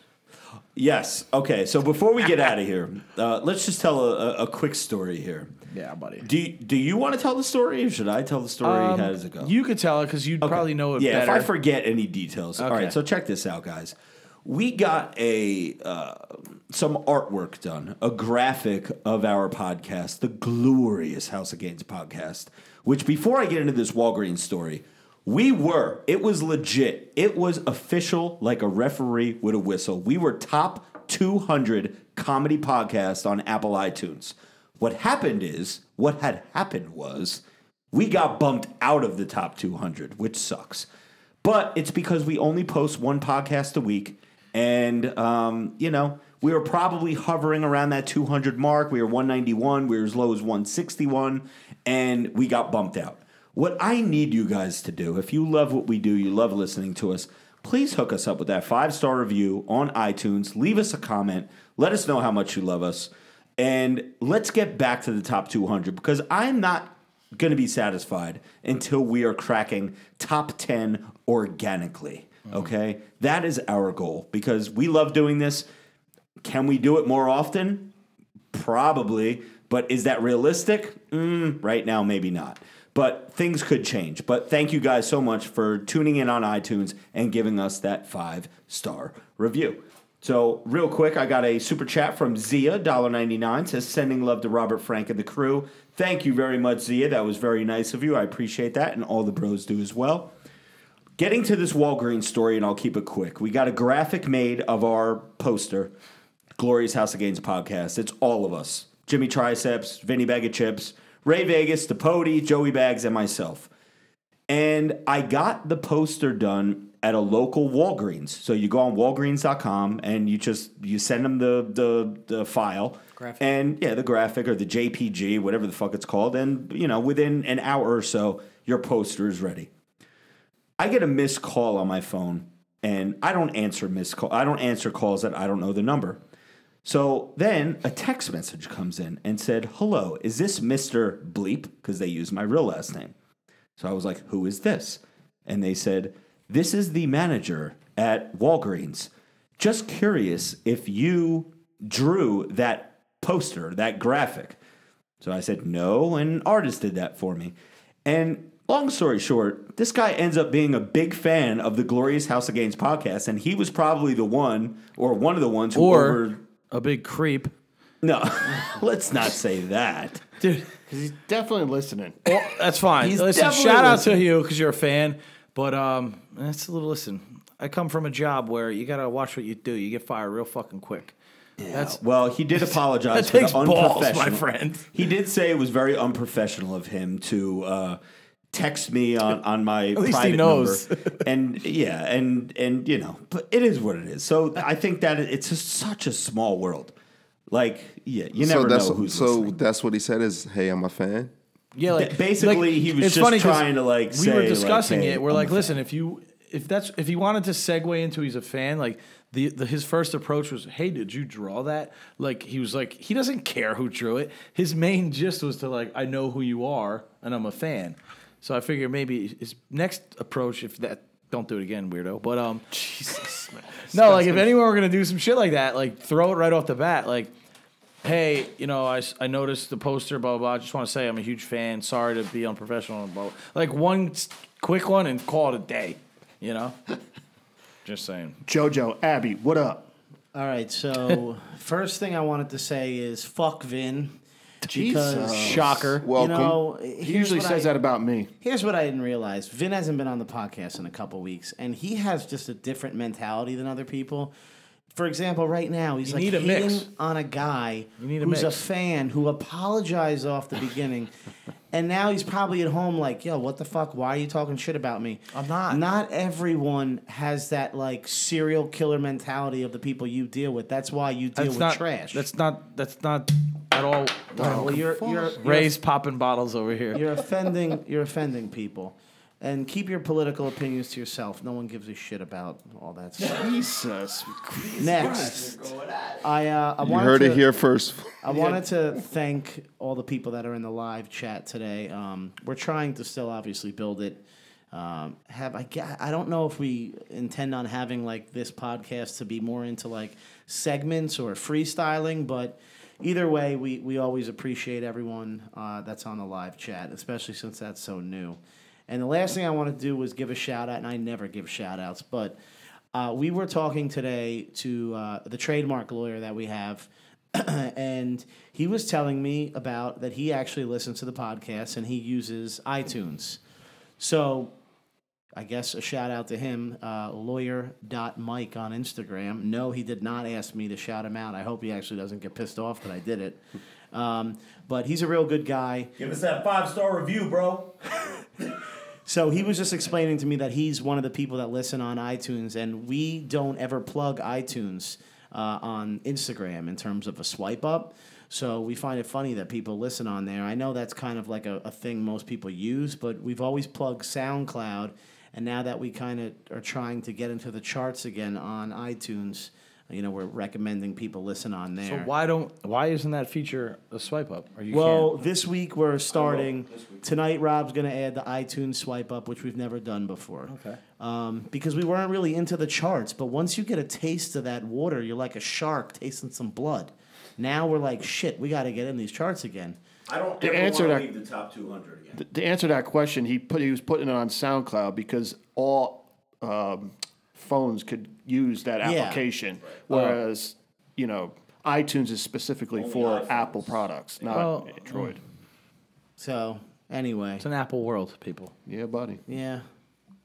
A: Yes. Okay. So before we get out of here, uh, let's just tell a, a, a quick story here.
C: Yeah, buddy.
A: Do you, Do you want to tell the story, or should I tell the story?
C: Um,
A: How does it go?
C: You could tell it because you'd probably know it
A: yeah,
C: better.
A: if I forget any details. All
C: Okay.
A: right, so check this out, guys. We got a uh, some artwork done, a graphic of our podcast, the glorious House of Gains podcast. Which, before I get into this Walgreens story, we were it was legit. It was official, like a referee with a whistle. We were top two hundred comedy podcast on Apple iTunes. What happened is, what had happened was, we got bumped out of the top 200, which sucks. But it's because we only post one podcast a week. And, um, you know, we were probably hovering around that 200 mark. We were 191, we were as low as 161, and we got bumped out. What I need you guys to do, if you love what we do, you love listening to us, please hook us up with that five star review on iTunes. Leave us a comment. Let us know how much you love us. And let's get back to the top 200 because I'm not going to be satisfied until we are cracking top 10 organically. Okay? That is our goal because we love doing this. Can we do it more often? Probably. But is that realistic? Mm, right now, maybe not. But things could change. But thank you guys so much for tuning in on iTunes and giving us that five star review. So, real quick, I got a super chat from Zia, $1.99, says, sending love to Robert Frank and the crew. Thank you very much, Zia. That was very nice of you. I appreciate that, and all the bros do as well. Getting to this Walgreens story, and I'll keep it quick. We got a graphic made of our poster, Glorious House of Gains podcast. It's all of us Jimmy Triceps, Vinny Bag of Chips, Ray Vegas, Depote, Joey Bags, and myself. And I got the poster done at a local Walgreens. So you go on walgreens.com and you just you send them the the, the file
E: Graphic.
A: and yeah, the graphic or the JPG, whatever the fuck it's called, and you know, within an hour or so, your poster is ready. I get a missed call on my phone and I don't answer missed call I don't answer calls that I don't know the number. So then a text message comes in and said, Hello, is this Mr. Bleep? Because they use my real last name. So I was like, Who is this? And they said, This is the manager at Walgreens. Just curious if you drew that poster, that graphic. So I said, No, and an artist did that for me. And long story short, this guy ends up being a big fan of the Glorious House of Games podcast, and he was probably the one or one of the ones who
C: Or
A: over
C: a big creep.
A: no, let's not say that.
C: Dude,
B: Because he's definitely listening.
C: well, that's fine.
A: He's
C: listen,
A: definitely
C: shout out to
A: listening.
C: you because you're a fan. But um, that's a little. Listen, I come from a job where you gotta watch what you do. You get fired real fucking quick. That's
A: Well, he did apologize
C: That
A: for
C: takes
A: the
C: balls, my
A: unprofessional.
C: friend.
A: He did say it was very unprofessional of him to uh, text me on, on my At
C: least he
A: private
C: knows.
A: number. And yeah, and and you know, but it is what it is. So I think that it's just such a small world. Like, yeah, you never
D: so that's
A: know who's
D: so
A: listening.
D: that's what he said is, "Hey, I'm a fan."
C: Yeah, like
A: Ba- basically,
C: like,
A: he was
C: it's
A: just
C: 'cause
A: trying to, like,
C: we
A: say,
C: were
A: like,
C: discussing
A: hey,
C: it. We're
A: I'm
C: like,
A: a
C: listen, if you if that's if he wanted to segue into he's a fan, like the, the his first approach was, hey, did you draw that? Like he was like he doesn't care who drew it. His main gist was to like I know who you are and I'm a fan. So I figure maybe his next approach, if that don't do it again, weirdo. But um,
B: Jesus, man.
C: no, like if anyone were gonna do some shit like that, like throw it right off the bat, like, hey, you know, I, s- I noticed the poster, blah blah. blah. I just want to say I'm a huge fan. Sorry to be unprofessional, blah. blah. Like one s- quick one and call it a day, you know. just saying.
B: JoJo, Abby, what up?
E: All right, so first thing I wanted to say is fuck Vin. Because
B: Jesus.
C: Shocker.
E: you
D: Welcome.
E: know,
B: He usually says that about me.
E: Here's what I didn't realize: Vin hasn't been on the podcast in a couple weeks, and he has just a different mentality than other people. For example, right now he's like
C: need a
E: hating
C: mix.
E: on a guy
C: need a
E: who's a
C: mix.
E: fan who apologized off the beginning, and now he's probably at home like, "Yo, what the fuck? Why are you talking shit about me?"
C: I'm not.
E: Not everyone has that like serial killer mentality of the people you deal with. That's why you deal
C: That's
E: with
C: not
E: trash.
C: That's Oh, not. That's not at all.
E: well, you're you're, you're
C: Ray's popping bottles over here.
E: you're offending you're offending people and keep your political opinions to yourself no one gives a shit about all that stuff
B: Jesus.
E: next i uh i
D: You
E: wanted
D: heard
E: to,
D: it here first.
E: i wanted to thank all the people that are in the live chat today um we're trying to still obviously build it um, have I? ga- I don't know if we intend on having like this podcast to be more into like segments or freestyling, but either way, we we always appreciate everyone uh, that's on the live chat, especially since that's so new. And the last thing I want to do was give a shout out, and I never give shout outs, but uh, we were talking today to uh, the trademark lawyer that we have, and he was telling me about that he actually listens to the podcast and he uses iTunes. So I guess a shout out to him, uh, lawyer.mike on Instagram. No, he did not ask me to shout him out. I hope he actually doesn't get pissed off that I did it. Um, but he's a real good guy.
A: Give us that five star review, bro.
E: So he was just explaining to me that he's one of the people that listen on iTunes, and we don't ever plug iTunes uh, on Instagram in terms of a swipe up. So we find it funny that people listen on there. I know that's kind of like a, a thing most people use, but we've always plugged SoundCloud, and now that we kind of are trying to get into the charts again on iTunes, you know, we're recommending people listen on there.
C: So why don't? Why isn't that feature a swipe up? Or you
E: Well, this week we're starting. Tonight, Rob's going to add the iTunes swipe up, which we've never done before. Okay. Um, because we weren't really into the charts, but once you get a taste of that water, you're like a shark tasting some blood. Now we're like, shit, we got to get in these charts again.
A: I don't
B: The
A: ever
B: answer
A: want
B: to-
A: to leave the top 200 again.
B: to answer that question, he put he was putting it on SoundCloud because all um, phones could use that
E: Yeah.
B: application, whereas you know iTunes is specifically for Apple products, not
C: Well,
B: Android.
E: So anyway,
C: It's an Apple world, people.
B: Yeah, buddy.
E: yeah.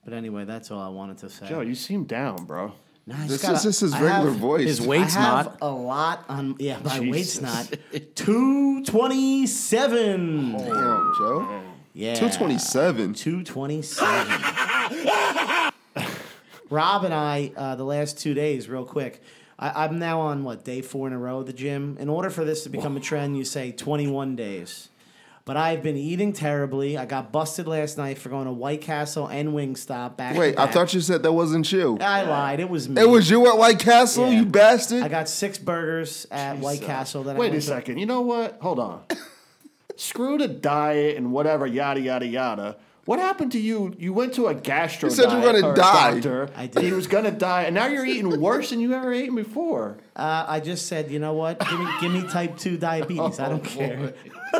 E: But anyway, that's all I wanted to say.
B: Joe, you seem down, bro.
E: No, I just
D: This
E: gotta-
D: is this is
E: I
D: regular
E: have-
D: voice.
C: His weight's
E: I have
C: not.
E: a lot on. Yeah, my weight's
B: Jesus.
E: not. Two twenty-seven.
D: Damn, Joe.
E: yeah.
D: Two twenty seven.
E: 227. Rob and I, uh, the last two days, real quick, I, I'm now on what, day four in a row at the gym. In order for this to become a trend, you say 21 days. But I've been eating terribly. I got busted last night for going to White Castle and Wingstop back.
D: Wait, I thought you said that wasn't you.
E: I lied. It was me.
D: It was you at White Castle,
E: Yeah.
D: you bastard.
E: I got six burgers at White Castle. That I
B: Wait a
E: went to-
B: second. You know what? Hold on. Screw the diet and whatever, yada yada yada. What happened to you? You went to a gastro.
D: said you were
B: diet
D: gonna
B: or a
D: die.
B: Doctor,
E: I did.
B: He was gonna die, and now you're eating worse than you ever ate before.
E: Uh, I just said, you know what? Give me, give me type
B: Oh,
E: 2 diabetes. I don't care.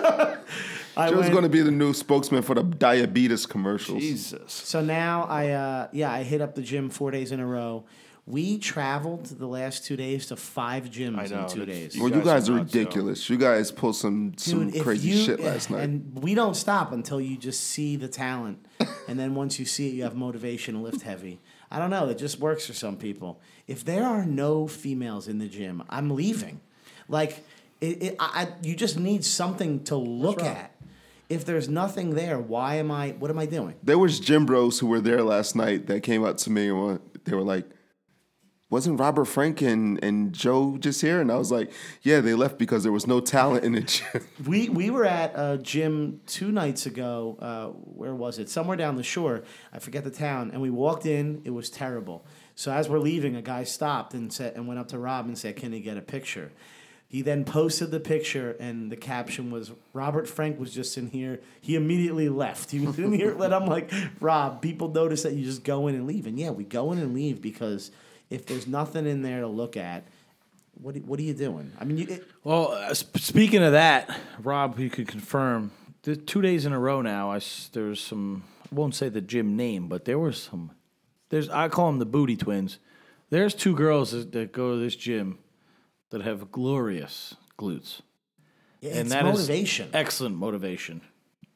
E: I
D: Joe's
E: went-
D: going to be the new spokesman for the diabetes commercials.
B: Jesus.
E: So now I, uh, yeah, I hit up the gym four days in a row. We traveled the last two days to five gyms
B: I know,
E: in two
B: that's-
E: days.
D: Well, you
B: guys
D: guys
B: are
D: are
B: nuts, yo.
D: ridiculous. You guys pulled some some
E: Dude, if
D: crazy
E: you-
D: shit last night.
E: And we don't stop until you just see the talent. and then once you see it, you have motivation to lift heavy. I don't know. It just works for some people. If there are no females in the gym, I'm leaving. Like, it, it, I, I, you just need something to look at. If there's nothing there, why am I, what am I doing?
D: there was gym bros who were there last night that came up to me and wa- they were like, "Wasn't Robert Frank and, and Joe just here?" And I was like, "Yeah, they left because there was no talent in the gym."
E: We we were at a gym two nights ago. Uh, where was it? Somewhere down the shore. I forget the town. And we walked in. It was terrible. So as we're leaving, a guy stopped and said and went up to Rob and said, "Can he get a picture?" He then posted the picture, and the caption was, "Robert Frank was just in here. He immediately left. He was in here." But I'm like, Rob, people notice that you just go in and leave. And yeah, we go in and leave because if there's nothing in there to look at, what what are you doing? I mean, you, it,
C: Well, uh, sp- speaking of that, Rob, you could confirm. The two days in a row now, I s- there's some. I won't say the gym name, but there was some. There's I call them the booty twins. There's two girls that, that go to this gym that have glorious glutes,
E: it's
C: and that is
E: motivation.
C: excellent motivation.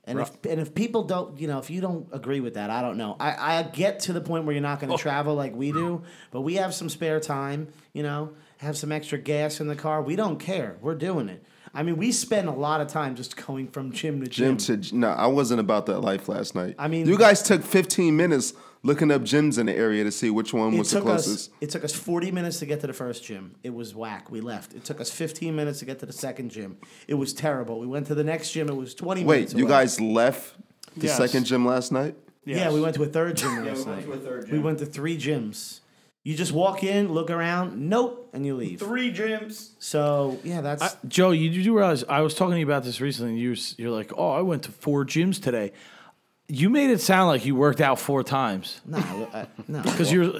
E: And if and if people don't, you know, if you don't agree with that, I don't know. I, I get to the point where you're not
D: Oh.
E: going to travel like we do, but we have some spare time, you know, have some extra gas in the car. We don't care. We're doing it. I mean, we spend a lot of time just going from gym to
D: Gym
E: gym.
D: to no, I wasn't about that life last night.
E: I mean-
D: you guys took 15 minutes looking up gyms in the area to see which one
E: it
D: was the
E: took
D: closest.
E: us it took us 40 minutes to get to the first gym. It was whack. We left. It took us 15 minutes to get to the second gym. It was terrible. We went to the next gym. It was 20
D: Wait,
E: minutes.
D: you
E: away.
D: guys left the
B: Yes.
D: second gym last night?
E: Yeah, we went to a third gym last night. We went to three gyms. You just walk in, look around, nope, and you leave.
A: Three gyms.
E: So yeah, that's
C: I, Uh, Joe, you do realize I was talking to you about this recently. And you s- you're like, oh, I went to four gyms today. You made it sound like you worked out four times
E: no, I, no.
C: because you're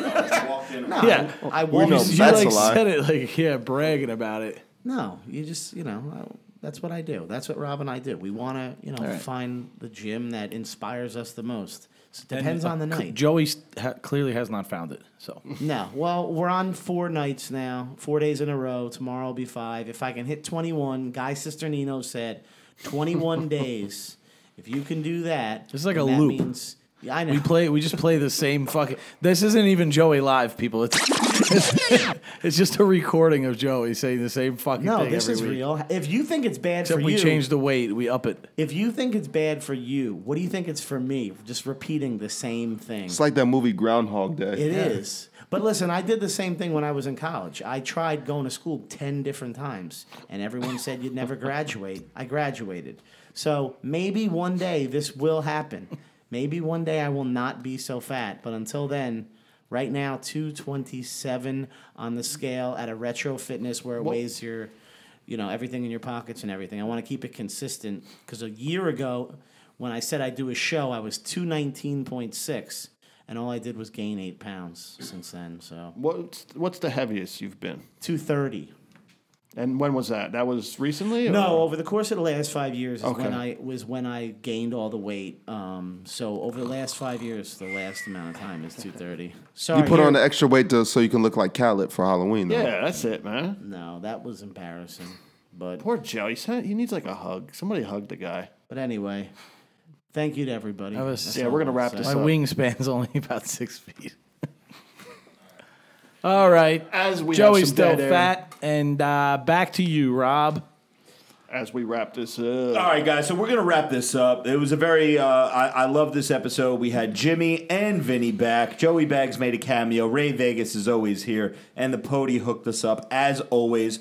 A: Walked in.
C: yeah.
E: I walked.
D: know.
C: you
D: That's
C: like
D: a lie.
C: said it like yeah, bragging about it.
E: No, you just you know I, that's what I do. That's what Rob and I do. We want to you know find the gym that inspires us the most. So it depends on the
C: C-
E: night.
C: Joey s- ha- clearly has not found it. So
E: No, well, we're on four nights now, four days in a row. Tomorrow will be five. If I can hit 21, Guy Sister Nino said 21 days. If you can do that,
C: This is like
E: then
C: a
E: that
C: loop.
E: Means, yeah, I know.
C: we play. We just play the same fucking. This isn't even Joey live, people. It's it's, it's just a recording of Joey saying the same fucking
E: no,
C: thing
E: this
C: every
E: is
C: week.
E: real. If you think it's bad
C: Except
E: for
C: we
E: you,
C: change the weight. We up it.
E: if you think it's bad for you, what do you think it's for me? Just repeating the same thing.
D: It's like that movie Groundhog Day.
E: It is, But listen, I did the same thing when I was in college. I tried going to school 10 different times, and everyone said you'd never graduate. I graduated. So maybe one day this will happen. Maybe one day I will not be so fat. But until then, right now, 227 on the scale at a retro fitness where it weighs your. You know, everything in your pockets and everything. I want to keep it consistent because a year ago, when I said I do a show, I was 219.6 and all I did was gain eight pounds since then. So
B: What's what's the heaviest you've been?
E: two thirty.
B: And when was that? That was recently? or-
E: No, over the course of the last five years is
B: Okay.
E: when I was when I gained all the weight. Um, so over the last five years, the last amount of time is two thirty. Sorry,
D: You put
E: here-
D: on the extra weight to, so you can look like Khaled for Halloween. Though.
B: Yeah, that's it, man.
E: No, that was embarrassing. But
B: Poor Joe. He's, he needs like a hug. Somebody hug the guy.
E: but anyway, thank you to everybody.
C: That was-
E: That's
B: Yeah,
E: all
B: we're gonna
E: I'll
B: wrap
E: say.
B: this
C: My
B: So-
C: wingspan's only about six feet. All right.
B: As we have
C: Joey's
B: some
C: still
B: dead air.
C: fat, and uh, back to you, Rob.
B: As we wrap this up.
A: All right, guys. So we're gonna wrap this up. It was a very. Uh, I, I love this episode. We had Jimmy and Vinny back. Joey Bags made a cameo. Ray Vegas is always here, and the Pody hooked us up as always.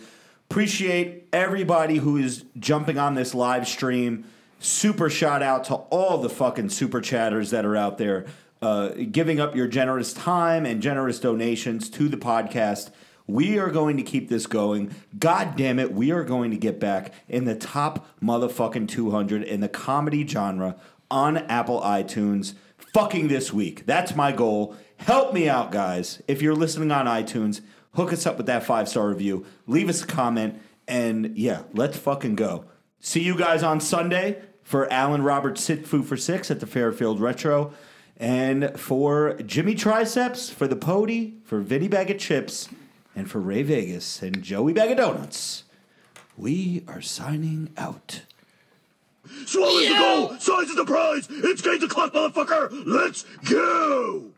A: Appreciate everybody who is jumping on this live stream. Super shout out to all the fucking super chatters that are out there, uh, giving up your generous time and generous donations to the podcast. We are going to keep this going. God damn it, we are going to get back in the top motherfucking 200 in the comedy genre on Apple iTunes fucking this week. That's my goal. Help me out, guys. If you're listening on iTunes, hook us up with that five star review, leave us a comment, and yeah, let's fucking go. See you guys on Sunday for Alan Roberts Sit Food for Six at the Fairfield Retro. And for Jimmy Triceps, for the Pody, for Vinny Bag of Chips, and for Ray Vegas and Joey Bag of Donuts, we are signing out.
G: Swallow is the goal, size is the prize. It's game to clock, motherfucker. Let's go.